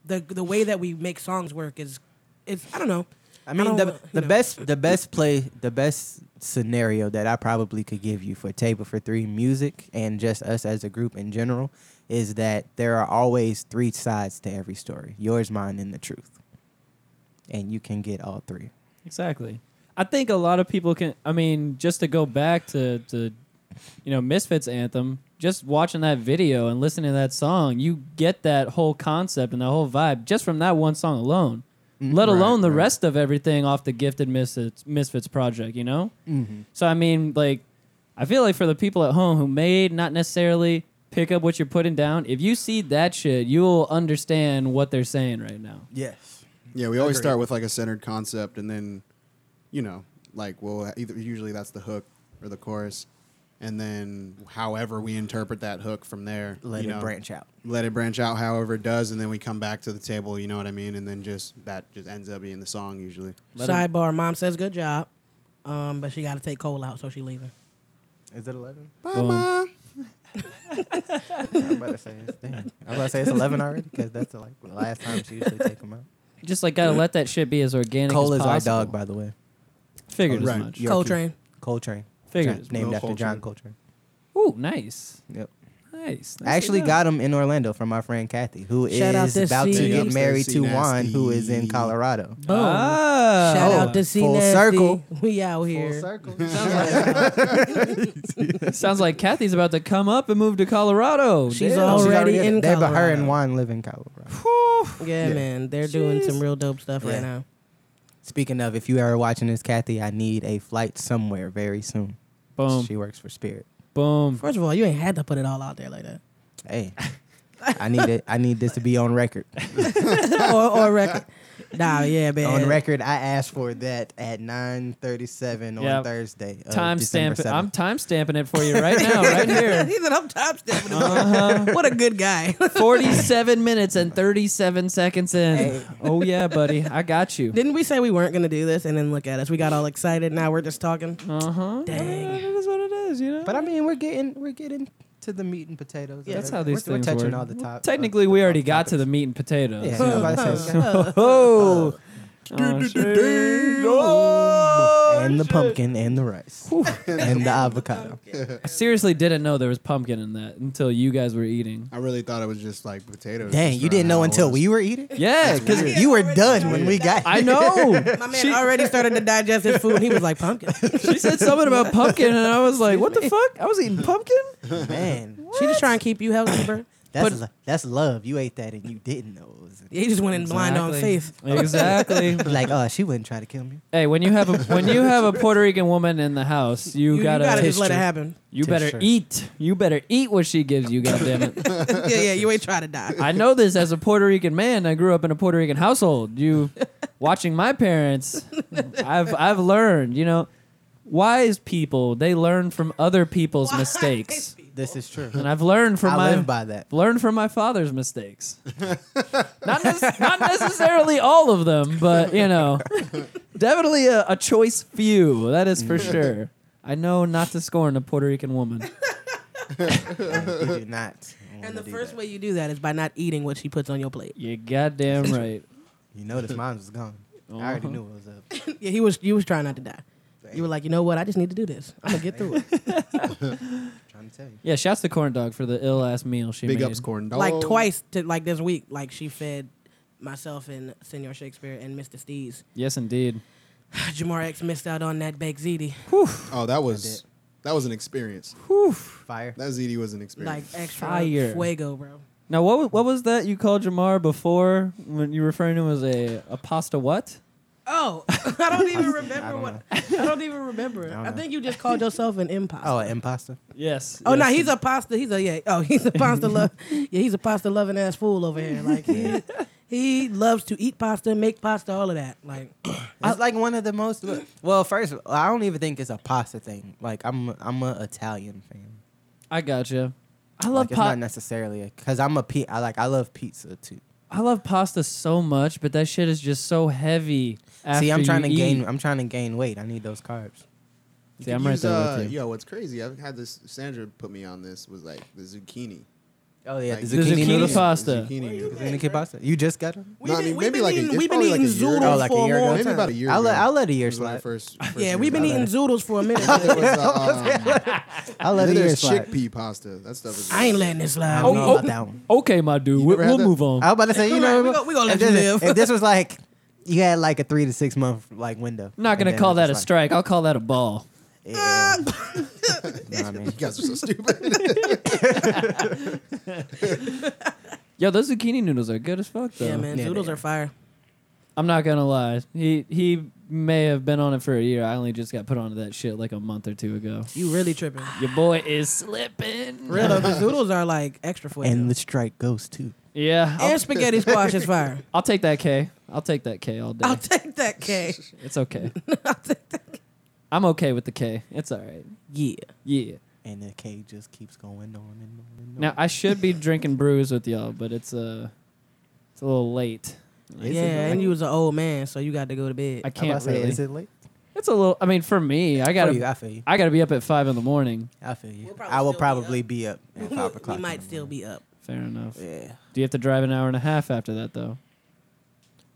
S5: the the way that we make songs work is it's I don't know.
S3: I mean
S5: don't
S3: the
S5: wa- you
S3: the
S5: know.
S3: best the best play the best scenario that I probably could give you for table for three music and just us as a group in general is that there are always three sides to every story yours mine and the truth and you can get all three
S4: Exactly. I think a lot of people can. I mean, just to go back to, to you know, Misfits anthem. Just watching that video and listening to that song, you get that whole concept and the whole vibe just from that one song alone. Let
S6: Mm-hmm. Right,
S4: alone the
S6: right.
S4: rest of everything off the Gifted Misfits, Misfits project. You know.
S6: Mm-hmm.
S4: So I mean, like, I feel like for the people at home who may not necessarily pick up what you're putting down, if you see that shit, you'll understand what they're saying right now.
S3: yes
S6: Yeah, we always
S3: Agreed.
S6: start with like a centered concept, and then, you know, like we'll either usually that's the hook or the chorus, and then however we interpret that hook from there,
S3: let
S6: you
S3: it
S6: know,
S3: branch out
S6: let it branch out however it does, and then we come back to the table. You know what I mean? And then just that just ends up being the song usually.
S4: Let 'em-
S5: sidebar. Mom says good job, um, but she got to take Cole out, so she leaving.
S3: is it 11
S6: Mama.
S3: I'm about to say it's, damn. I'm about to say it's 11 already because that's like the last time she usually take them out
S4: Just like gotta let that shit be as organic.
S3: Cole
S4: as
S3: is our
S4: possible.
S3: dog by the way
S4: Figured
S6: Right.
S4: as much.
S3: Yorkie.
S5: Coltrane.
S3: Coltrane
S4: Figured
S3: John-
S4: as
S3: named
S6: Will
S3: after John Coltrane
S4: Ooh, nice.
S3: yep
S4: Nice.
S3: I actually got him in Orlando from my friend Kathy, who is
S5: Shout out to
S3: about to
S5: C.
S3: get married
S6: Nasty,
S3: to Juan, who is in
S6: nasty.
S3: Colorado.
S5: Boom.
S4: Ah.
S5: Shout
S3: Oh,
S5: out to C
S3: full
S5: Nasty.
S3: circle.
S5: We out here.
S4: Sounds like Kathy's about to come up and move to Colorado.
S5: She's
S4: Damn.
S5: all- Already in
S3: They, but her
S5: Colorado.
S3: and Juan live in Colorado.
S5: Yeah,
S6: Yeah.
S5: man, they're doing some real dope stuff
S3: Yeah.
S5: right now.
S3: Speaking of, if you are watching this, Kathy, I need a flight somewhere very soon.
S4: boom,
S3: She works for Spirit.
S4: boom.
S5: First of all, you ain't had to put it all out there like that,
S3: Hey, I need it. I need this to be on record.
S5: or, or record. Nah, yeah, man.
S3: On record, I asked for that at 9:37 on
S4: Yep.
S3: Thursday. of
S4: Time
S3: Oh, December
S4: stamp. it. I'm
S3: 7th.
S4: time stamping it for you right now, right here.
S5: He said, "I'm top stepping."
S4: Uh-huh.
S5: What a good guy.
S4: Forty-seven minutes and thirty-seven seconds in. Oh yeah, buddy, I got you.
S5: Didn't we say we weren't gonna do this? And then look at us. We got all excited. Now we're just talking.
S4: Uh huh.
S5: Dang.
S4: It is what it is, you know.
S3: But I mean, we're getting we're getting to the meat and potatoes.
S4: that's how these
S3: we're,
S4: things
S3: we're touching
S4: work.
S3: all the top.
S4: Technically, we already got to the meat and potatoes.
S3: Yeah,
S4: you
S3: I'm
S4: know.
S3: about to say-
S4: Oh. Oh, shit.
S3: and the pumpkin and the rice and the avocado.
S4: I seriously didn't know there was pumpkin in that until you guys were eating.
S6: I really thought it was just like potatoes.
S3: Dang,
S6: just
S3: you
S6: for
S3: didn't
S6: how
S3: know
S6: it
S3: until
S6: was.
S3: we were eating.
S4: Yeah, because
S3: you were done when we got.
S4: I know.
S5: My man
S4: she,
S5: already started to digest his food, and he was like, "Pumpkin." She
S4: she said something about pumpkin, and I was like, "What the fuck? I was eating pumpkin."
S3: man.
S5: just trying to keep you healthy, bro.
S3: That's
S4: But-
S3: lo- that's love. You ate that and you didn't know it was. in-
S5: He just went in blind on
S4: Exactly.
S5: faith.
S4: Exactly.
S3: Be like, oh, she wouldn't try to kill me.
S4: hey, when you have a when you have a Puerto Rican woman in the house, you,
S5: You, you
S4: gotta,
S5: gotta, just let it
S4: Tissue.
S5: happen.
S4: You better
S3: Tissue.
S4: eat. You better eat what she gives you. Goddamn it.
S5: yeah, yeah. You ain't trying to die.
S4: I know this as a Puerto Rican man. I grew up in a Puerto Rican household. You watching my parents, I've I've learned, you know, wise people, they learn from other people's mistakes.
S3: This is true.
S4: And I've learned from
S3: I
S4: my
S3: live by that.
S4: learned from my father's mistakes. not, nec- not necessarily all of them, but you know, definitely a, a choice few. That is for sure. I know not to scorn a Puerto Rican woman.
S3: you do not.
S5: And
S3: wanna
S5: the
S3: do
S5: first
S3: that.
S5: way you do that is by not eating what she puts on your plate.
S4: You're goddamn right.
S3: you notice mine was gone. I already
S4: Uh-huh.
S3: knew it was up.
S5: yeah, he was. You was trying not to die. You were like, you know what? I just need to do this. I'm gonna get through it.
S3: trying to tell you.
S4: Yeah, shouts to Corn Dog for the ill ass meal she
S6: Big
S4: made.
S6: ups, corn Oh, dog.
S5: Like twice, to, like this week, like she fed myself and Senor Shakespeare and Mr. Steez.
S4: Yes, indeed.
S5: Jamar X missed out on that baked ziti.
S6: Oh, that was that was an experience.
S3: Fire.
S6: That ZD was an
S5: Like
S6: experience.
S5: extra
S4: Fire.
S5: fuego, bro.
S4: Now, what wa- what was that you called Jamar before when you were referring to him as a, a pasta what?
S5: Oh, I don't even remember
S3: don't
S5: what. I don't even remember.
S3: don't
S5: I,
S3: know.
S5: think you just called yourself an imposter.
S3: Oh, impasta.
S4: Yes.
S5: Oh no,
S4: yes.
S5: he's a pasta. He's a yeah. Oh, he's a pasta love. Yeah, he's a pasta loving ass fool over here. Like he, he loves to eat pasta, make pasta, all of that. Like
S3: It's like one of the most. look, Well, first, I don't even think it's a pasta thing. Like I'm, I'm an Italian fan.
S4: I gotcha. I love
S3: like, it's not
S4: pasta.
S3: necessarily because I'm a pe- I like I love pizza too.
S4: I love pasta so much, but that shit is just so heavy.
S3: See, I'm
S4: after
S3: trying to
S4: you
S3: gain.
S4: eat.
S3: I'm trying to gain weight. I need those carbs.
S4: See, I'm right
S6: Use,
S4: there
S6: uh,
S4: with you.
S6: Yo, what's crazy? I've had this. Sandra put me on this. Was like the zucchini.
S3: Oh yeah,
S6: Like,
S3: the zucchini,
S4: zucchini
S3: noodles.
S4: pasta.
S6: Zucchini noodles.
S3: Zucchini pasta. You just got them.
S5: we've
S6: I
S5: been,
S6: mean,
S5: we've
S6: maybe
S5: been
S6: like a-
S5: eating,
S6: it's
S5: we've been
S6: probably like
S5: eating
S6: a year ago.
S5: zoodles
S3: Oh, like a
S5: for a,
S3: year ago.
S5: long
S6: Maybe
S5: time.
S6: about a year
S3: I'll
S6: ago.
S3: let I'll let a year
S6: It was when I
S3: slide.
S6: first- first
S5: yeah,
S6: year
S5: we've been
S6: was
S5: eating
S6: out.
S5: zoodles for a minute.
S6: There was uh, a, um,
S3: I'll let a
S6: then
S3: year
S6: there's
S3: slide.
S6: chickpea pasta. That stuff is.
S5: I ain't letting this
S3: I
S5: slide.
S4: Oh,
S3: don't know
S4: oh.
S3: about that one.
S4: Okay, my dude,
S6: You
S4: we,
S6: never had
S4: we'll
S6: that?
S4: move on.
S3: I was about to say you know
S5: Alright, we gon- we gonna
S3: if
S5: let you
S3: this-
S5: live.
S3: If this was like you had like a three to six month like window.
S4: I'm not gonna
S3: and then
S4: call
S3: it's
S4: that a
S3: just
S4: strike. I'll call that a ball.
S3: like, yeah. You know what I mean?
S6: You guys are so stupid.
S4: Yo, those zucchini noodles are good as fuck though.
S5: yeah, man,
S3: Yeah,
S5: zoodles
S3: they
S5: are
S3: are.
S5: fire.
S4: I'm not gonna lie. He he may have been on it for a year. I only just got put onto that shit like a month or two ago.
S5: You really tripping?
S4: Your boy is slipping.
S5: Real though, the zoodles are like extra fuego.
S3: And
S5: And,
S3: the strike goes too.
S4: Yeah, I'll,
S5: spaghetti squash is fire.
S4: I'll take that K. I'll take that K all day.
S5: I'll take that, K.
S4: it's okay. I'm okay with the K. It's all right.
S5: Yeah.
S4: Yeah.
S3: And the K just keeps going on and on and on.
S4: Now I should be drinking brews with y'all, but it's uh it's a little late.
S3: Is it
S5: yeah,
S3: late?
S5: and you was an old man, so you got to go to bed.
S4: I
S3: I'm about
S4: can't
S3: to say,
S4: really.
S3: Is it late?
S4: It's a little. I mean, for me, I
S3: For
S4: gotta
S3: you, I feel you.
S4: I gotta be up at five in the morning.
S3: I feel you.
S5: We'll probably
S3: I will
S5: still be
S3: probably
S5: up.
S3: be up at five o'clock.
S5: we
S3: in
S5: might
S3: the
S5: still be up.
S4: Fair enough.
S3: morning. Yeah.
S4: Do you have to drive an hour and a half after that though?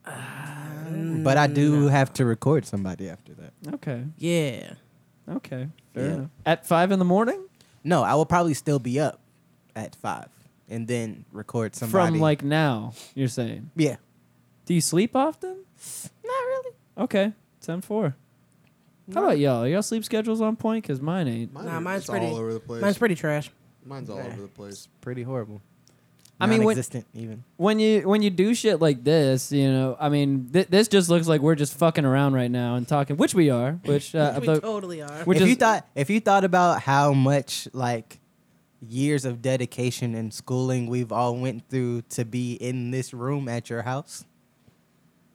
S5: Mm.
S3: But I do have to record somebody after that.
S4: Okay.
S5: Yeah.
S4: Okay. Fair
S3: Yeah.
S4: enough. At five in the morning
S3: No, I will probably still be up at five and then record somebody.
S4: from like now. You're saying.
S3: Yeah.
S4: Do you sleep often?
S3: Not really.
S4: Okay. Ten four. How about y'all? Are y'all sleep schedules on point? Cause mine ain't.
S6: Mine
S5: Nah,
S6: are-
S5: mine's
S6: it's
S5: pretty-
S6: all over the place.
S5: Mine's pretty trash.
S6: Mine's all
S3: Yeah.
S6: over the place.
S3: Pretty horrible.
S4: I mean, when-
S3: non-existent even.
S4: when you when you do shit like this, you know, I mean, th- this just looks like we're just fucking around right now and talking, which we are, which uh,
S5: we
S4: the-
S5: totally are.
S4: Which
S3: if you
S4: is-
S3: thought if you thought about how much like years of dedication and schooling we've all went through to be in this room at your house,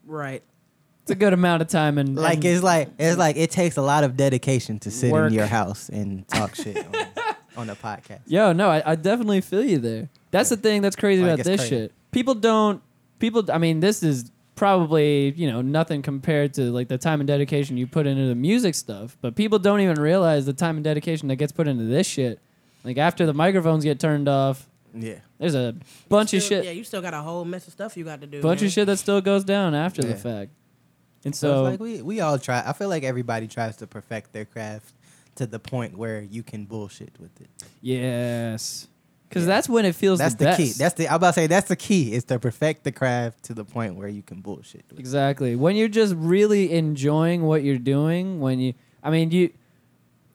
S5: Right.
S4: it's a good amount of time and
S3: like
S4: and
S3: it's like it's like it takes a lot of dedication to sit
S4: Work.
S3: in your house and talk shit on, on a podcast.
S4: Yo, no, I, I definitely feel you there. That's the thing that's crazy
S3: Like,
S4: about
S3: it's
S4: this
S3: crazy.
S4: shit. People don't people I mean, this is probably, you know, nothing compared to like the time and dedication you put into the music stuff, but people don't even realize the time and dedication that gets put into this shit. Like after the microphones get turned off,
S3: Yeah.
S4: there's a bunch of
S5: Still-
S4: shit
S5: Yeah, you still got a whole mess of stuff you got to do.
S4: bunch
S5: man.
S4: of shit that still goes down after the
S3: Yeah.
S4: fact. And
S3: So,
S4: so
S3: it's like we we all try. I feel like everybody tries to perfect their craft to the point where you can bullshit with it.
S4: Yes. Because that's when it feels
S3: That's
S4: the,
S3: the,
S4: best.
S3: key. That's the I'm about to say that's the key is to perfect the craft to the point where you can bullshit with it.
S4: exactly when you're just really enjoying what you're doing. When you, I mean, you,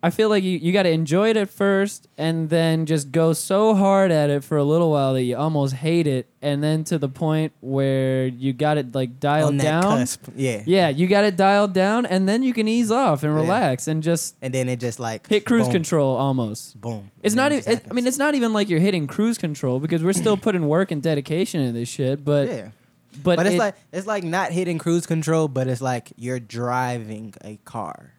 S4: I feel like you, you got to enjoy it at first and then just go so hard at it for a little while that you almost hate it and then to the point where you got it like dialed
S3: on that
S4: down.
S3: cusp. Yeah.
S4: Yeah, you got it dialed down and then you can ease off and
S3: Yeah.
S4: relax and just
S3: And then it just like
S4: hit cruise
S3: boom,
S4: control almost.
S3: Boom.
S4: It's
S3: And
S4: not.
S3: then
S4: Even,
S3: just
S4: it, I
S3: happens.
S4: mean, it's not even like you're hitting cruise control because we're still putting work and dedication into this shit. But
S3: yeah.
S4: but,
S3: But, it's
S4: it-
S3: like it's like not hitting cruise control, but it's like you're driving a car.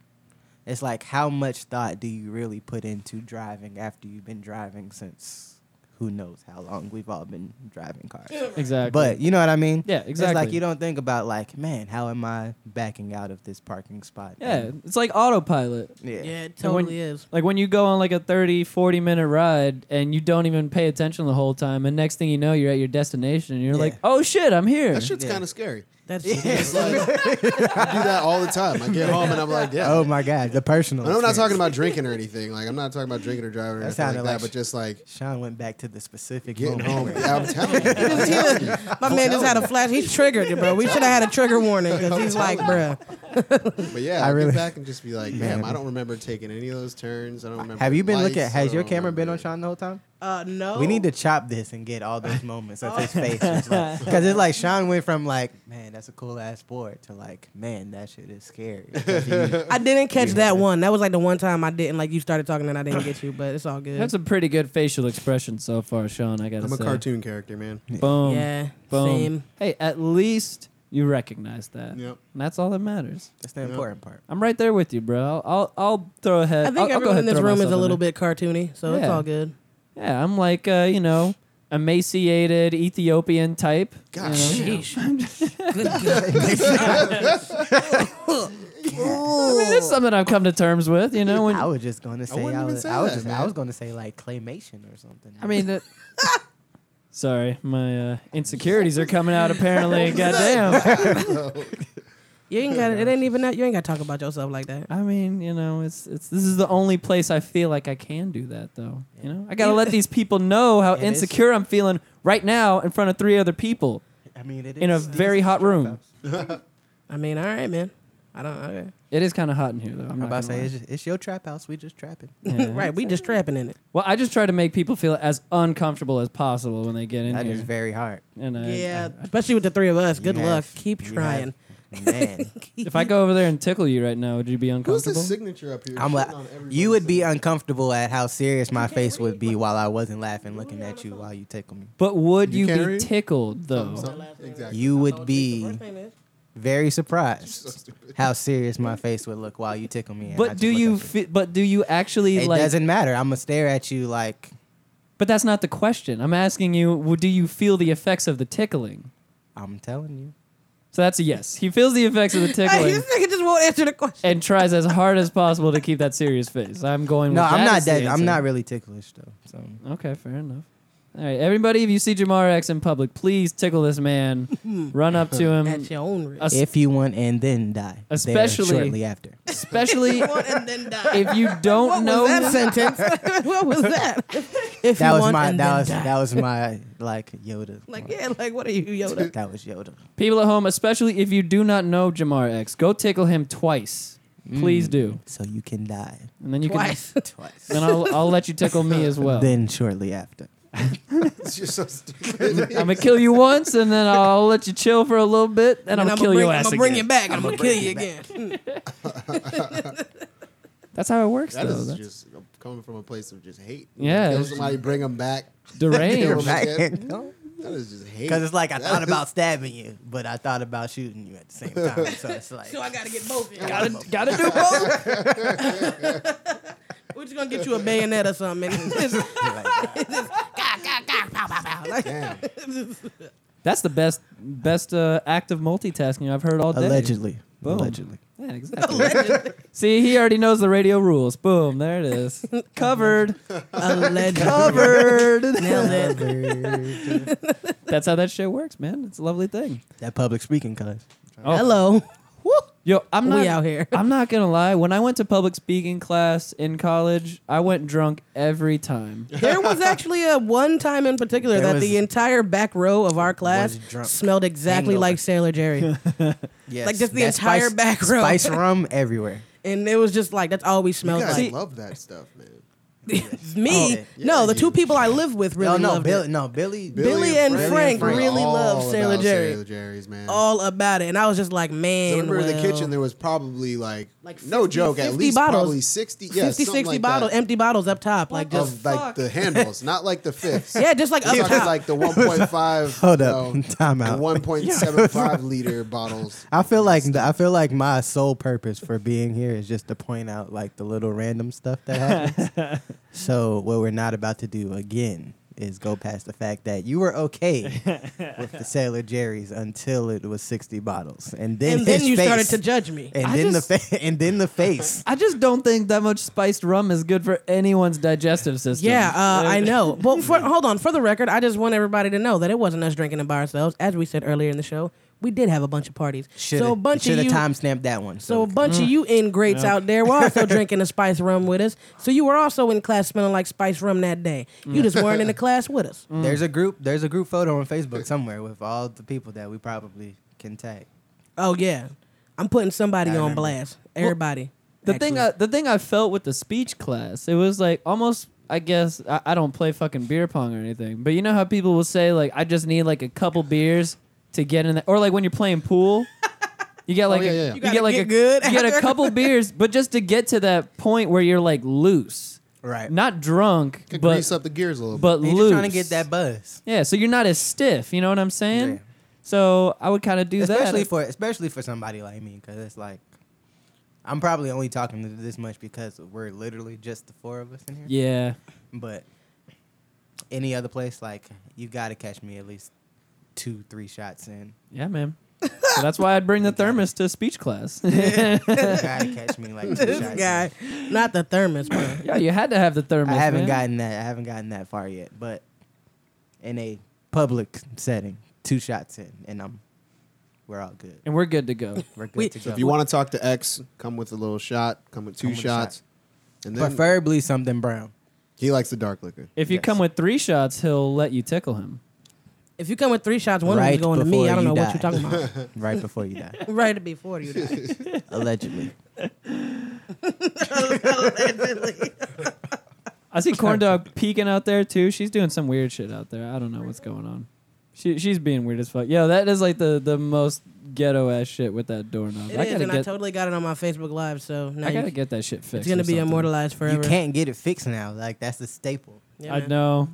S3: It's like how much thought do you really put into driving after you've been driving since who knows how long we've all been driving cars.
S4: exactly.
S3: But you know what I mean?
S4: Yeah,
S3: It's like
S4: exactly.
S3: you don't think about like, man, how am I backing out of this parking spot?
S4: yeah,
S3: And-
S4: it's like autopilot.
S3: yeah.
S5: Yeah, it
S4: And when-
S5: totally is.
S4: Like when you go on like a 30, 40 minute ride and you don't even pay attention the whole time, and next thing you know, you're at your destination and you're
S3: Yeah.
S4: like, oh shit, I'm here.
S6: That shit's
S3: Yeah.
S6: kind of scary.
S5: That's
S6: It's like, I do that all the time. I get home and I'm like, yeah.
S3: Oh my god, the personal.
S6: And I'm not
S3: experience.
S6: talking about drinking or anything. Like I'm not talking about drinking or driving or
S3: That
S6: anything like
S3: sounded
S6: that.
S3: like-
S6: but just like
S3: Sean went back to the specific
S6: getting
S3: moment
S6: home.
S3: where-
S6: Yeah, I'm telling you. I'm telling you.
S5: My man just had a flash. He triggered it, bro. We should have had a trigger warning because he's like, bro.
S6: But yeah, I
S3: I really-
S6: get back and just be like,
S3: Man.
S6: man, I don't remember taking any of those turns. I don't remember.
S3: Have you been looking?
S6: lights. I
S3: Has
S6: don't
S3: your camera been on
S6: remember.
S3: Sean the whole time?
S5: Uh, no.
S3: We need
S6: Oh.
S3: to chop this and get all those moments of his face, because it's like Sean went from like, man, that's a cool ass board to like, man, that shit is scary. Because he-
S5: I didn't catch that one. That was like the one time I didn't like. You started talking and I didn't get you, but it's all good.
S4: That's a pretty good facial expression so far, Sean. I gotta
S6: I'm a
S4: say.
S6: cartoon character, man.
S4: Boom.
S5: yeah.
S4: Boom.
S5: Same.
S4: Hey, at least you recognize that.
S6: Yep.
S4: And that's all that matters.
S3: that's the important part.
S4: I'm right there with you, bro. I'll I'll, I'll throw ahead.
S5: I think
S4: I'll- I'll, go
S5: everyone
S4: ahead
S5: in this
S4: and throw
S5: room is
S4: myself
S5: a
S4: in
S5: little
S4: there.
S5: bit cartoony, so it's
S4: Yeah.
S5: all good.
S4: Yeah, I'm like uh, you know, emaciated Ethiopian type. you know?
S6: Gosh.
S4: I mean, it's something I've come to terms with. You know, when
S3: I
S4: I,
S3: was just gonna say,
S6: wouldn't
S3: I,
S6: even
S3: was,
S6: say
S3: I was
S6: that,
S3: just, I
S6: man.
S3: was gonna say like claymation or something.
S4: mean. That, sorry, my uh, insecurities are coming out. Apparently, goddamn.
S5: You ain't got it. Ain't even that. You ain't got to talk about yourself like that.
S4: I mean, you know, it's it's this is the only place I feel like I can do that though. You know, I gotta let these people know how
S3: It is-
S4: insecure I'm feeling right now in front of three other people
S3: I mean, it is
S4: in a very hot room.
S5: I mean, all right, man. I don't. Okay.
S4: It is kind of hot in here though. I'm
S3: I'm
S4: not
S3: about to
S4: gonna
S3: say
S4: lie.
S3: it's, it's your trap house. We just trapping.
S4: Yeah.
S5: right. We just trapping in it.
S4: Well, I just try to make people feel as uncomfortable as possible when they get in
S3: That
S4: here.
S3: is very hard.
S4: and I,
S5: yeah.
S4: I-
S5: especially with the three of us. Good
S3: You
S5: luck.
S3: have-
S5: Keep
S3: you have-
S5: trying.
S3: man.
S4: if I go over there and tickle you right now, would you be
S6: Who's the
S4: uncomfortable?
S6: signature up here?
S3: I'm
S6: Shitting
S3: a,
S6: on everybody's
S3: you would be
S6: signature.
S3: uncomfortable at how serious my face would be while I wasn't laughing, looking at you while you tickle me.
S4: but would
S6: You Oh,
S4: you,
S6: can't
S4: be
S6: read?
S4: tickled though?
S6: Something- Exactly.
S3: You would be very surprised how serious my face would look while you tickle me. and I
S4: But
S3: just
S4: do
S3: look
S4: you?
S3: at
S4: Fi- but do you actually
S3: It
S4: like?
S3: doesn't matter. I'm gonna stare at you like
S4: But that's not the question. I'm asking you. w- Do you feel the effects of the tickling?
S3: I'm telling you.
S4: So that's a yes. He feels the effects of the tickling
S5: this nigga just won't answer the question.
S4: and tries as hard as possible to keep that serious face. I'm going.
S3: No,
S4: with
S3: I'm not
S4: as the
S3: that. I'm
S4: answer.
S3: not really ticklish though. So
S4: Okay, fair enough. All right, everybody, if you see Jamar X in public, please tickle this man. Run up to him,
S5: At your own risk.
S4: Es-
S3: if you want and then die, there
S4: Especially-
S3: shortly after.
S4: especially
S5: and then die.
S4: if you don't
S5: what
S4: know
S5: was that sentence? what was that? If
S3: That
S5: you
S3: was
S5: want
S3: my.
S5: and
S3: That
S5: then
S3: was
S5: die.
S3: that was my like Yoda.
S5: Like yeah, like what are you, Yoda?
S3: that was Yoda.
S4: people at home, especially if you do not know Jamar X, go tickle him twice.
S6: Mm.
S4: Please do,
S3: So you can die
S4: and then you
S5: Twice.
S3: twice.
S4: can. Then I'll, I'll let you tickle me as well.
S3: Then shortly after.
S6: You're so stupid.
S4: I'm gonna kill you once, and then I'll let you chill for a little bit, and, I'm
S5: I'ma
S4: gonna kill
S5: bring,
S4: your ass
S5: I'm gonna
S4: again.
S5: bring you back. and I'm gonna kill you again.
S4: That's how it works,
S6: That
S4: though.
S6: is
S4: That's
S6: just coming from a place of just hate.
S4: Yeah.
S6: Kill somebody, bring them back.
S4: deranged.
S6: Right.
S3: Because
S6: That is just hate.
S3: it's like I thought about stabbing you, but I thought about shooting you at the same time. So it's like
S5: So I gotta get both. of y'all.
S4: gotta, gotta do both.
S5: We're just gonna get you a bayonet or something. and just- just gah, gah, gah, pow, pow, pow. Like,
S6: Damn.
S4: That's the best, best uh, active multitasking I've heard all day.
S3: allegedly,
S4: Boom.
S3: allegedly.
S4: Yeah, exactly. See, he already knows the radio rules. Boom, there it is. Covered.
S5: Allegedly.
S4: Covered.
S5: Nailed it.
S4: That's how that shit works, man. It's a lovely thing.
S3: That public speaking, cuz.
S4: Oh.
S5: Hello.
S4: Yo, I'm
S5: We
S4: not
S5: out here.
S4: I'm not gonna lie. When I went to public speaking class in college, I went drunk every time.
S5: There was actually a one time in particular
S3: There
S5: that
S3: was-
S5: the entire back row of our class
S3: was drunk.
S5: smelled exactly
S3: Hangover.
S5: like Sailor Jerry.
S3: Yes.
S5: Like, just the entire back row.
S3: Spice rum everywhere.
S5: and it was just like that's all we
S6: You
S5: smelled
S6: guys
S5: like.
S6: love that stuff, man.
S5: Me,
S3: Oh,
S5: no, the
S6: yeah,
S5: two
S6: you-
S5: people I live with really
S3: no, Oh, no,
S5: loved
S3: Billy,
S5: it.
S3: no, Billy,
S5: Billy and Frank really
S6: all
S5: love Sailor
S6: about
S5: Jerry.
S6: Sailor Jerry's, man.
S5: All about it, and I was just like, man.
S6: I remember in the
S5: well,
S6: kitchen there was probably like,
S5: Like
S6: no
S5: 50
S6: joke, at
S5: 50
S6: least
S5: bottles.
S6: probably 60, yeah,
S5: 50,
S6: 60
S5: 60 bottles, empty bottles up top, like just
S6: of like the handles, not like the fifths.
S5: yeah, just like up
S6: It's
S5: top.
S6: like the 1.5
S3: Hold
S6: you
S3: up,
S6: know,
S3: time out.
S6: and 1.75 liter bottles.
S3: I feel like I feel like my sole purpose for being here is just to point out like the little random stuff that happens. so what we're not about to do again is go past the fact that you were okay with the Sailor Jerry's until it was sixty bottles, and then
S5: and then
S3: his
S5: you
S3: face,
S5: started to judge me.
S3: and
S4: I
S3: then
S4: just-
S3: the fa- and then the face.
S4: I just don't think that much spiced rum is good for anyone's digestive system.
S5: Yeah, uh,
S4: Like-
S5: I know. But for, hold on, for the record, I just want everybody to know that it wasn't us drinking it by ourselves. As we said earlier in the show, we did have a bunch of parties.
S3: Shoulda,
S5: so a bunch of
S3: shoulda
S5: you,
S3: timestamped that one.
S5: so a bunch of you ingrates out there were also drinking the spice rum with us. So you were also in class smelling like spice rum that day. You just weren't in the class with us.
S3: there's a group there's a group photo on Facebook somewhere with all the people that we probably can tag.
S5: Oh yeah, I'm putting somebody
S3: I
S5: on
S3: remember.
S5: blast. Everybody.
S4: The thing,
S5: actually.
S4: I, the thing I felt with the speech class, it was like almost. I guess I, I don't play fucking beer pong or anything, but you know how people will say like, I just need like a couple beers to get in, the, or like when you're playing pool,
S5: Oh,
S4: you get like
S6: yeah,
S4: a,
S6: yeah, yeah. You
S4: you,
S5: gotta
S4: get like
S5: get
S4: a
S5: good
S4: you get a
S5: after.
S4: couple beers, but just to get to that point where you're like loose,
S3: Right.
S4: not drunk,
S6: Could grease
S4: but
S6: up the gears a little
S4: but
S3: You're
S4: loose.
S3: just trying to get that buzz.
S4: Yeah, so you're not as stiff. You know what I'm saying?
S3: Yeah.
S4: So I would kind of do
S3: especially
S4: that.
S3: for especially for somebody like me because it's like i'm probably only talking to this much because we're literally just the four of us in here
S4: yeah,
S3: but any other place like you gotta catch me at least two three shots in
S4: yeah, man. so that's why I'd bring the thermos to speech class.
S3: you gotta catch me like two
S5: this
S3: shots
S5: guy,
S3: in.
S5: not the thermos, bro.
S4: Yeah, you had to have the thermos.
S3: i haven't
S4: man.
S3: gotten that i haven't gotten that far yet but in a public setting two shots in and i'm we're all good
S4: and we're good to go.
S3: we're good
S5: We-
S3: to go
S6: If you want to talk to X, come with a little shot, come with two
S3: Come with a
S6: shots. And then
S3: preferably something brown
S6: he likes the dark liquor.
S4: If you
S3: Yes.
S4: come with three shots, he'll let you tickle him.
S5: If you come with three shots, one
S3: Right
S5: of them's going to me.
S3: before
S5: I don't know
S3: you
S5: what you're
S3: die.
S5: talking about.
S3: right before you die
S5: right to be forty. You die.
S3: allegedly
S4: I see corn dog peeking out there too. She's doing some weird shit out there. I don't know what's going on. She she's being weird as fuck. Yo, that is like the the most ghetto ass shit with that doorknob.
S5: It
S4: I
S5: is,
S4: gotta
S5: and I
S4: get
S5: totally got it on my Facebook Live, so now
S4: I
S5: you
S4: gotta
S5: can-
S4: get that shit fixed.
S5: it's gonna
S4: or
S5: be
S4: something.
S5: immortalized forever.
S3: You can't get it fixed now. Like that's a staple.
S5: Yeah,
S4: I
S5: man.
S4: know.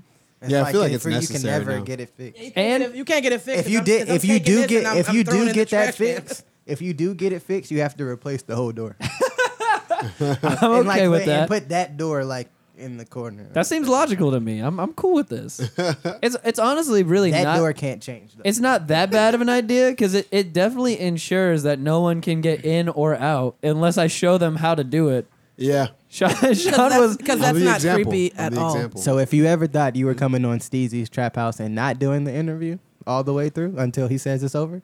S6: Yeah, I feel like it's
S3: if you- You
S6: necessary
S3: can never
S6: now.
S3: get it
S5: Yeah, you
S3: fixed.
S5: can't
S4: And-
S5: get it, you can't get it fixed.
S3: If you
S5: 'cause
S3: did,
S5: I'm- 'cause
S3: if
S5: I'm
S3: you
S5: taking
S3: do
S5: this
S3: get,
S5: and I'm-
S3: if
S5: I'm
S3: you
S5: throwing it
S3: do
S5: in
S3: get
S5: the
S3: that
S5: trash can.
S3: fixed, if you do get it fixed, you have to replace the whole door. I'm
S4: I'm okay with that.
S3: And put that door like in the corner.
S4: That seems logical to me. I'm I'm cool with this. it's it's honestly really
S3: that
S4: not.
S3: door can't change. Though.
S4: It's not that bad of an idea because it, it definitely ensures that no one can get in or out unless I show them how to do it.
S6: Yeah.
S4: Sean, Sean
S5: that's-
S4: was
S5: because
S6: I'm
S5: that's
S6: the
S5: not
S6: example.
S5: creepy
S6: I'm
S5: at
S6: the
S5: all.
S6: example.
S3: so if you ever thought you were coming on Steezy's Trap House and not doing the interview all the way through until he says it's over,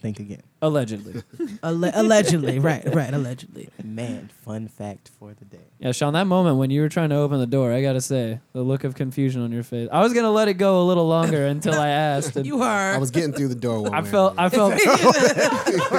S3: think again.
S4: allegedly.
S5: Alle- allegedly, right, right, allegedly.
S3: Man, fun fact for the day.
S4: Yeah, Sean, that moment when you were trying to open the door, I gotta say the look of confusion on your face. I was gonna let it go a little longer until I asked. and
S5: You are.
S6: I was getting through the door. One
S4: I
S6: way or
S4: felt. I
S6: another.
S4: felt.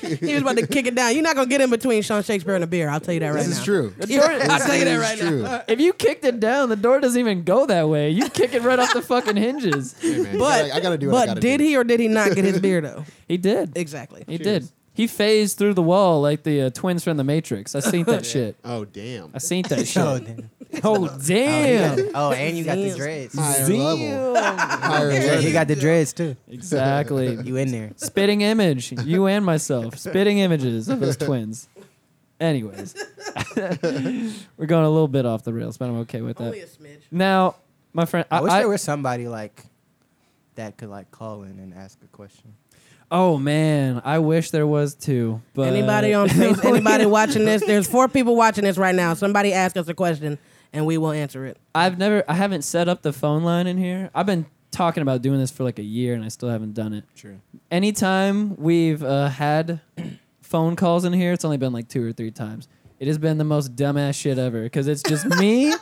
S5: he was about to kick it down. You're not gonna get in between Sean Shakespeare and a beer. I'll tell you that right
S6: this
S5: now.
S6: is true. This
S5: I'll tell you that
S6: is
S5: right
S6: true.
S5: now.
S4: if you kicked it down, the door doesn't even go that way. You kick it right off the fucking hinges.
S6: Hey, man, you
S5: But
S6: gotta- I gotta do. What I
S5: But
S6: gotta
S5: did
S6: do.
S5: he or did he not get his beer though?
S4: He did.
S5: Exactly.
S4: He did. He phased through the wall like the uh, twins from the Matrix. I seen that shit.
S6: Oh damn!
S4: I seen that
S3: Oh,
S4: shit.
S3: damn.
S4: Oh damn!
S3: oh and you got the
S5: Damn.
S3: dreads.
S6: Higher level. Higher
S3: Yeah,
S6: level.
S3: he got the dreads too.
S4: Exactly.
S3: You in there?
S4: Spitting image, you and myself. Spitting images of those twins. Anyways, we're going a little bit off the rails, but I'm okay with
S5: Only
S4: that.
S5: a smidge.
S4: Now, my friend, I,
S3: I wish
S4: I-
S3: there was somebody like that could like call in and ask a question.
S4: oh man, I wish there was too. But
S5: Anybody on Facebook? Anybody watching this? There's four people watching this right now. Somebody ask us a question and we will answer it.
S4: I've never, I haven't set up the phone line in here. I've been talking about doing this for like a year, and I still haven't done it.
S3: True.
S4: anytime we've uh, had phone calls in here, it's only been like two or three times. It has been the most dumbass shit ever because it's just me.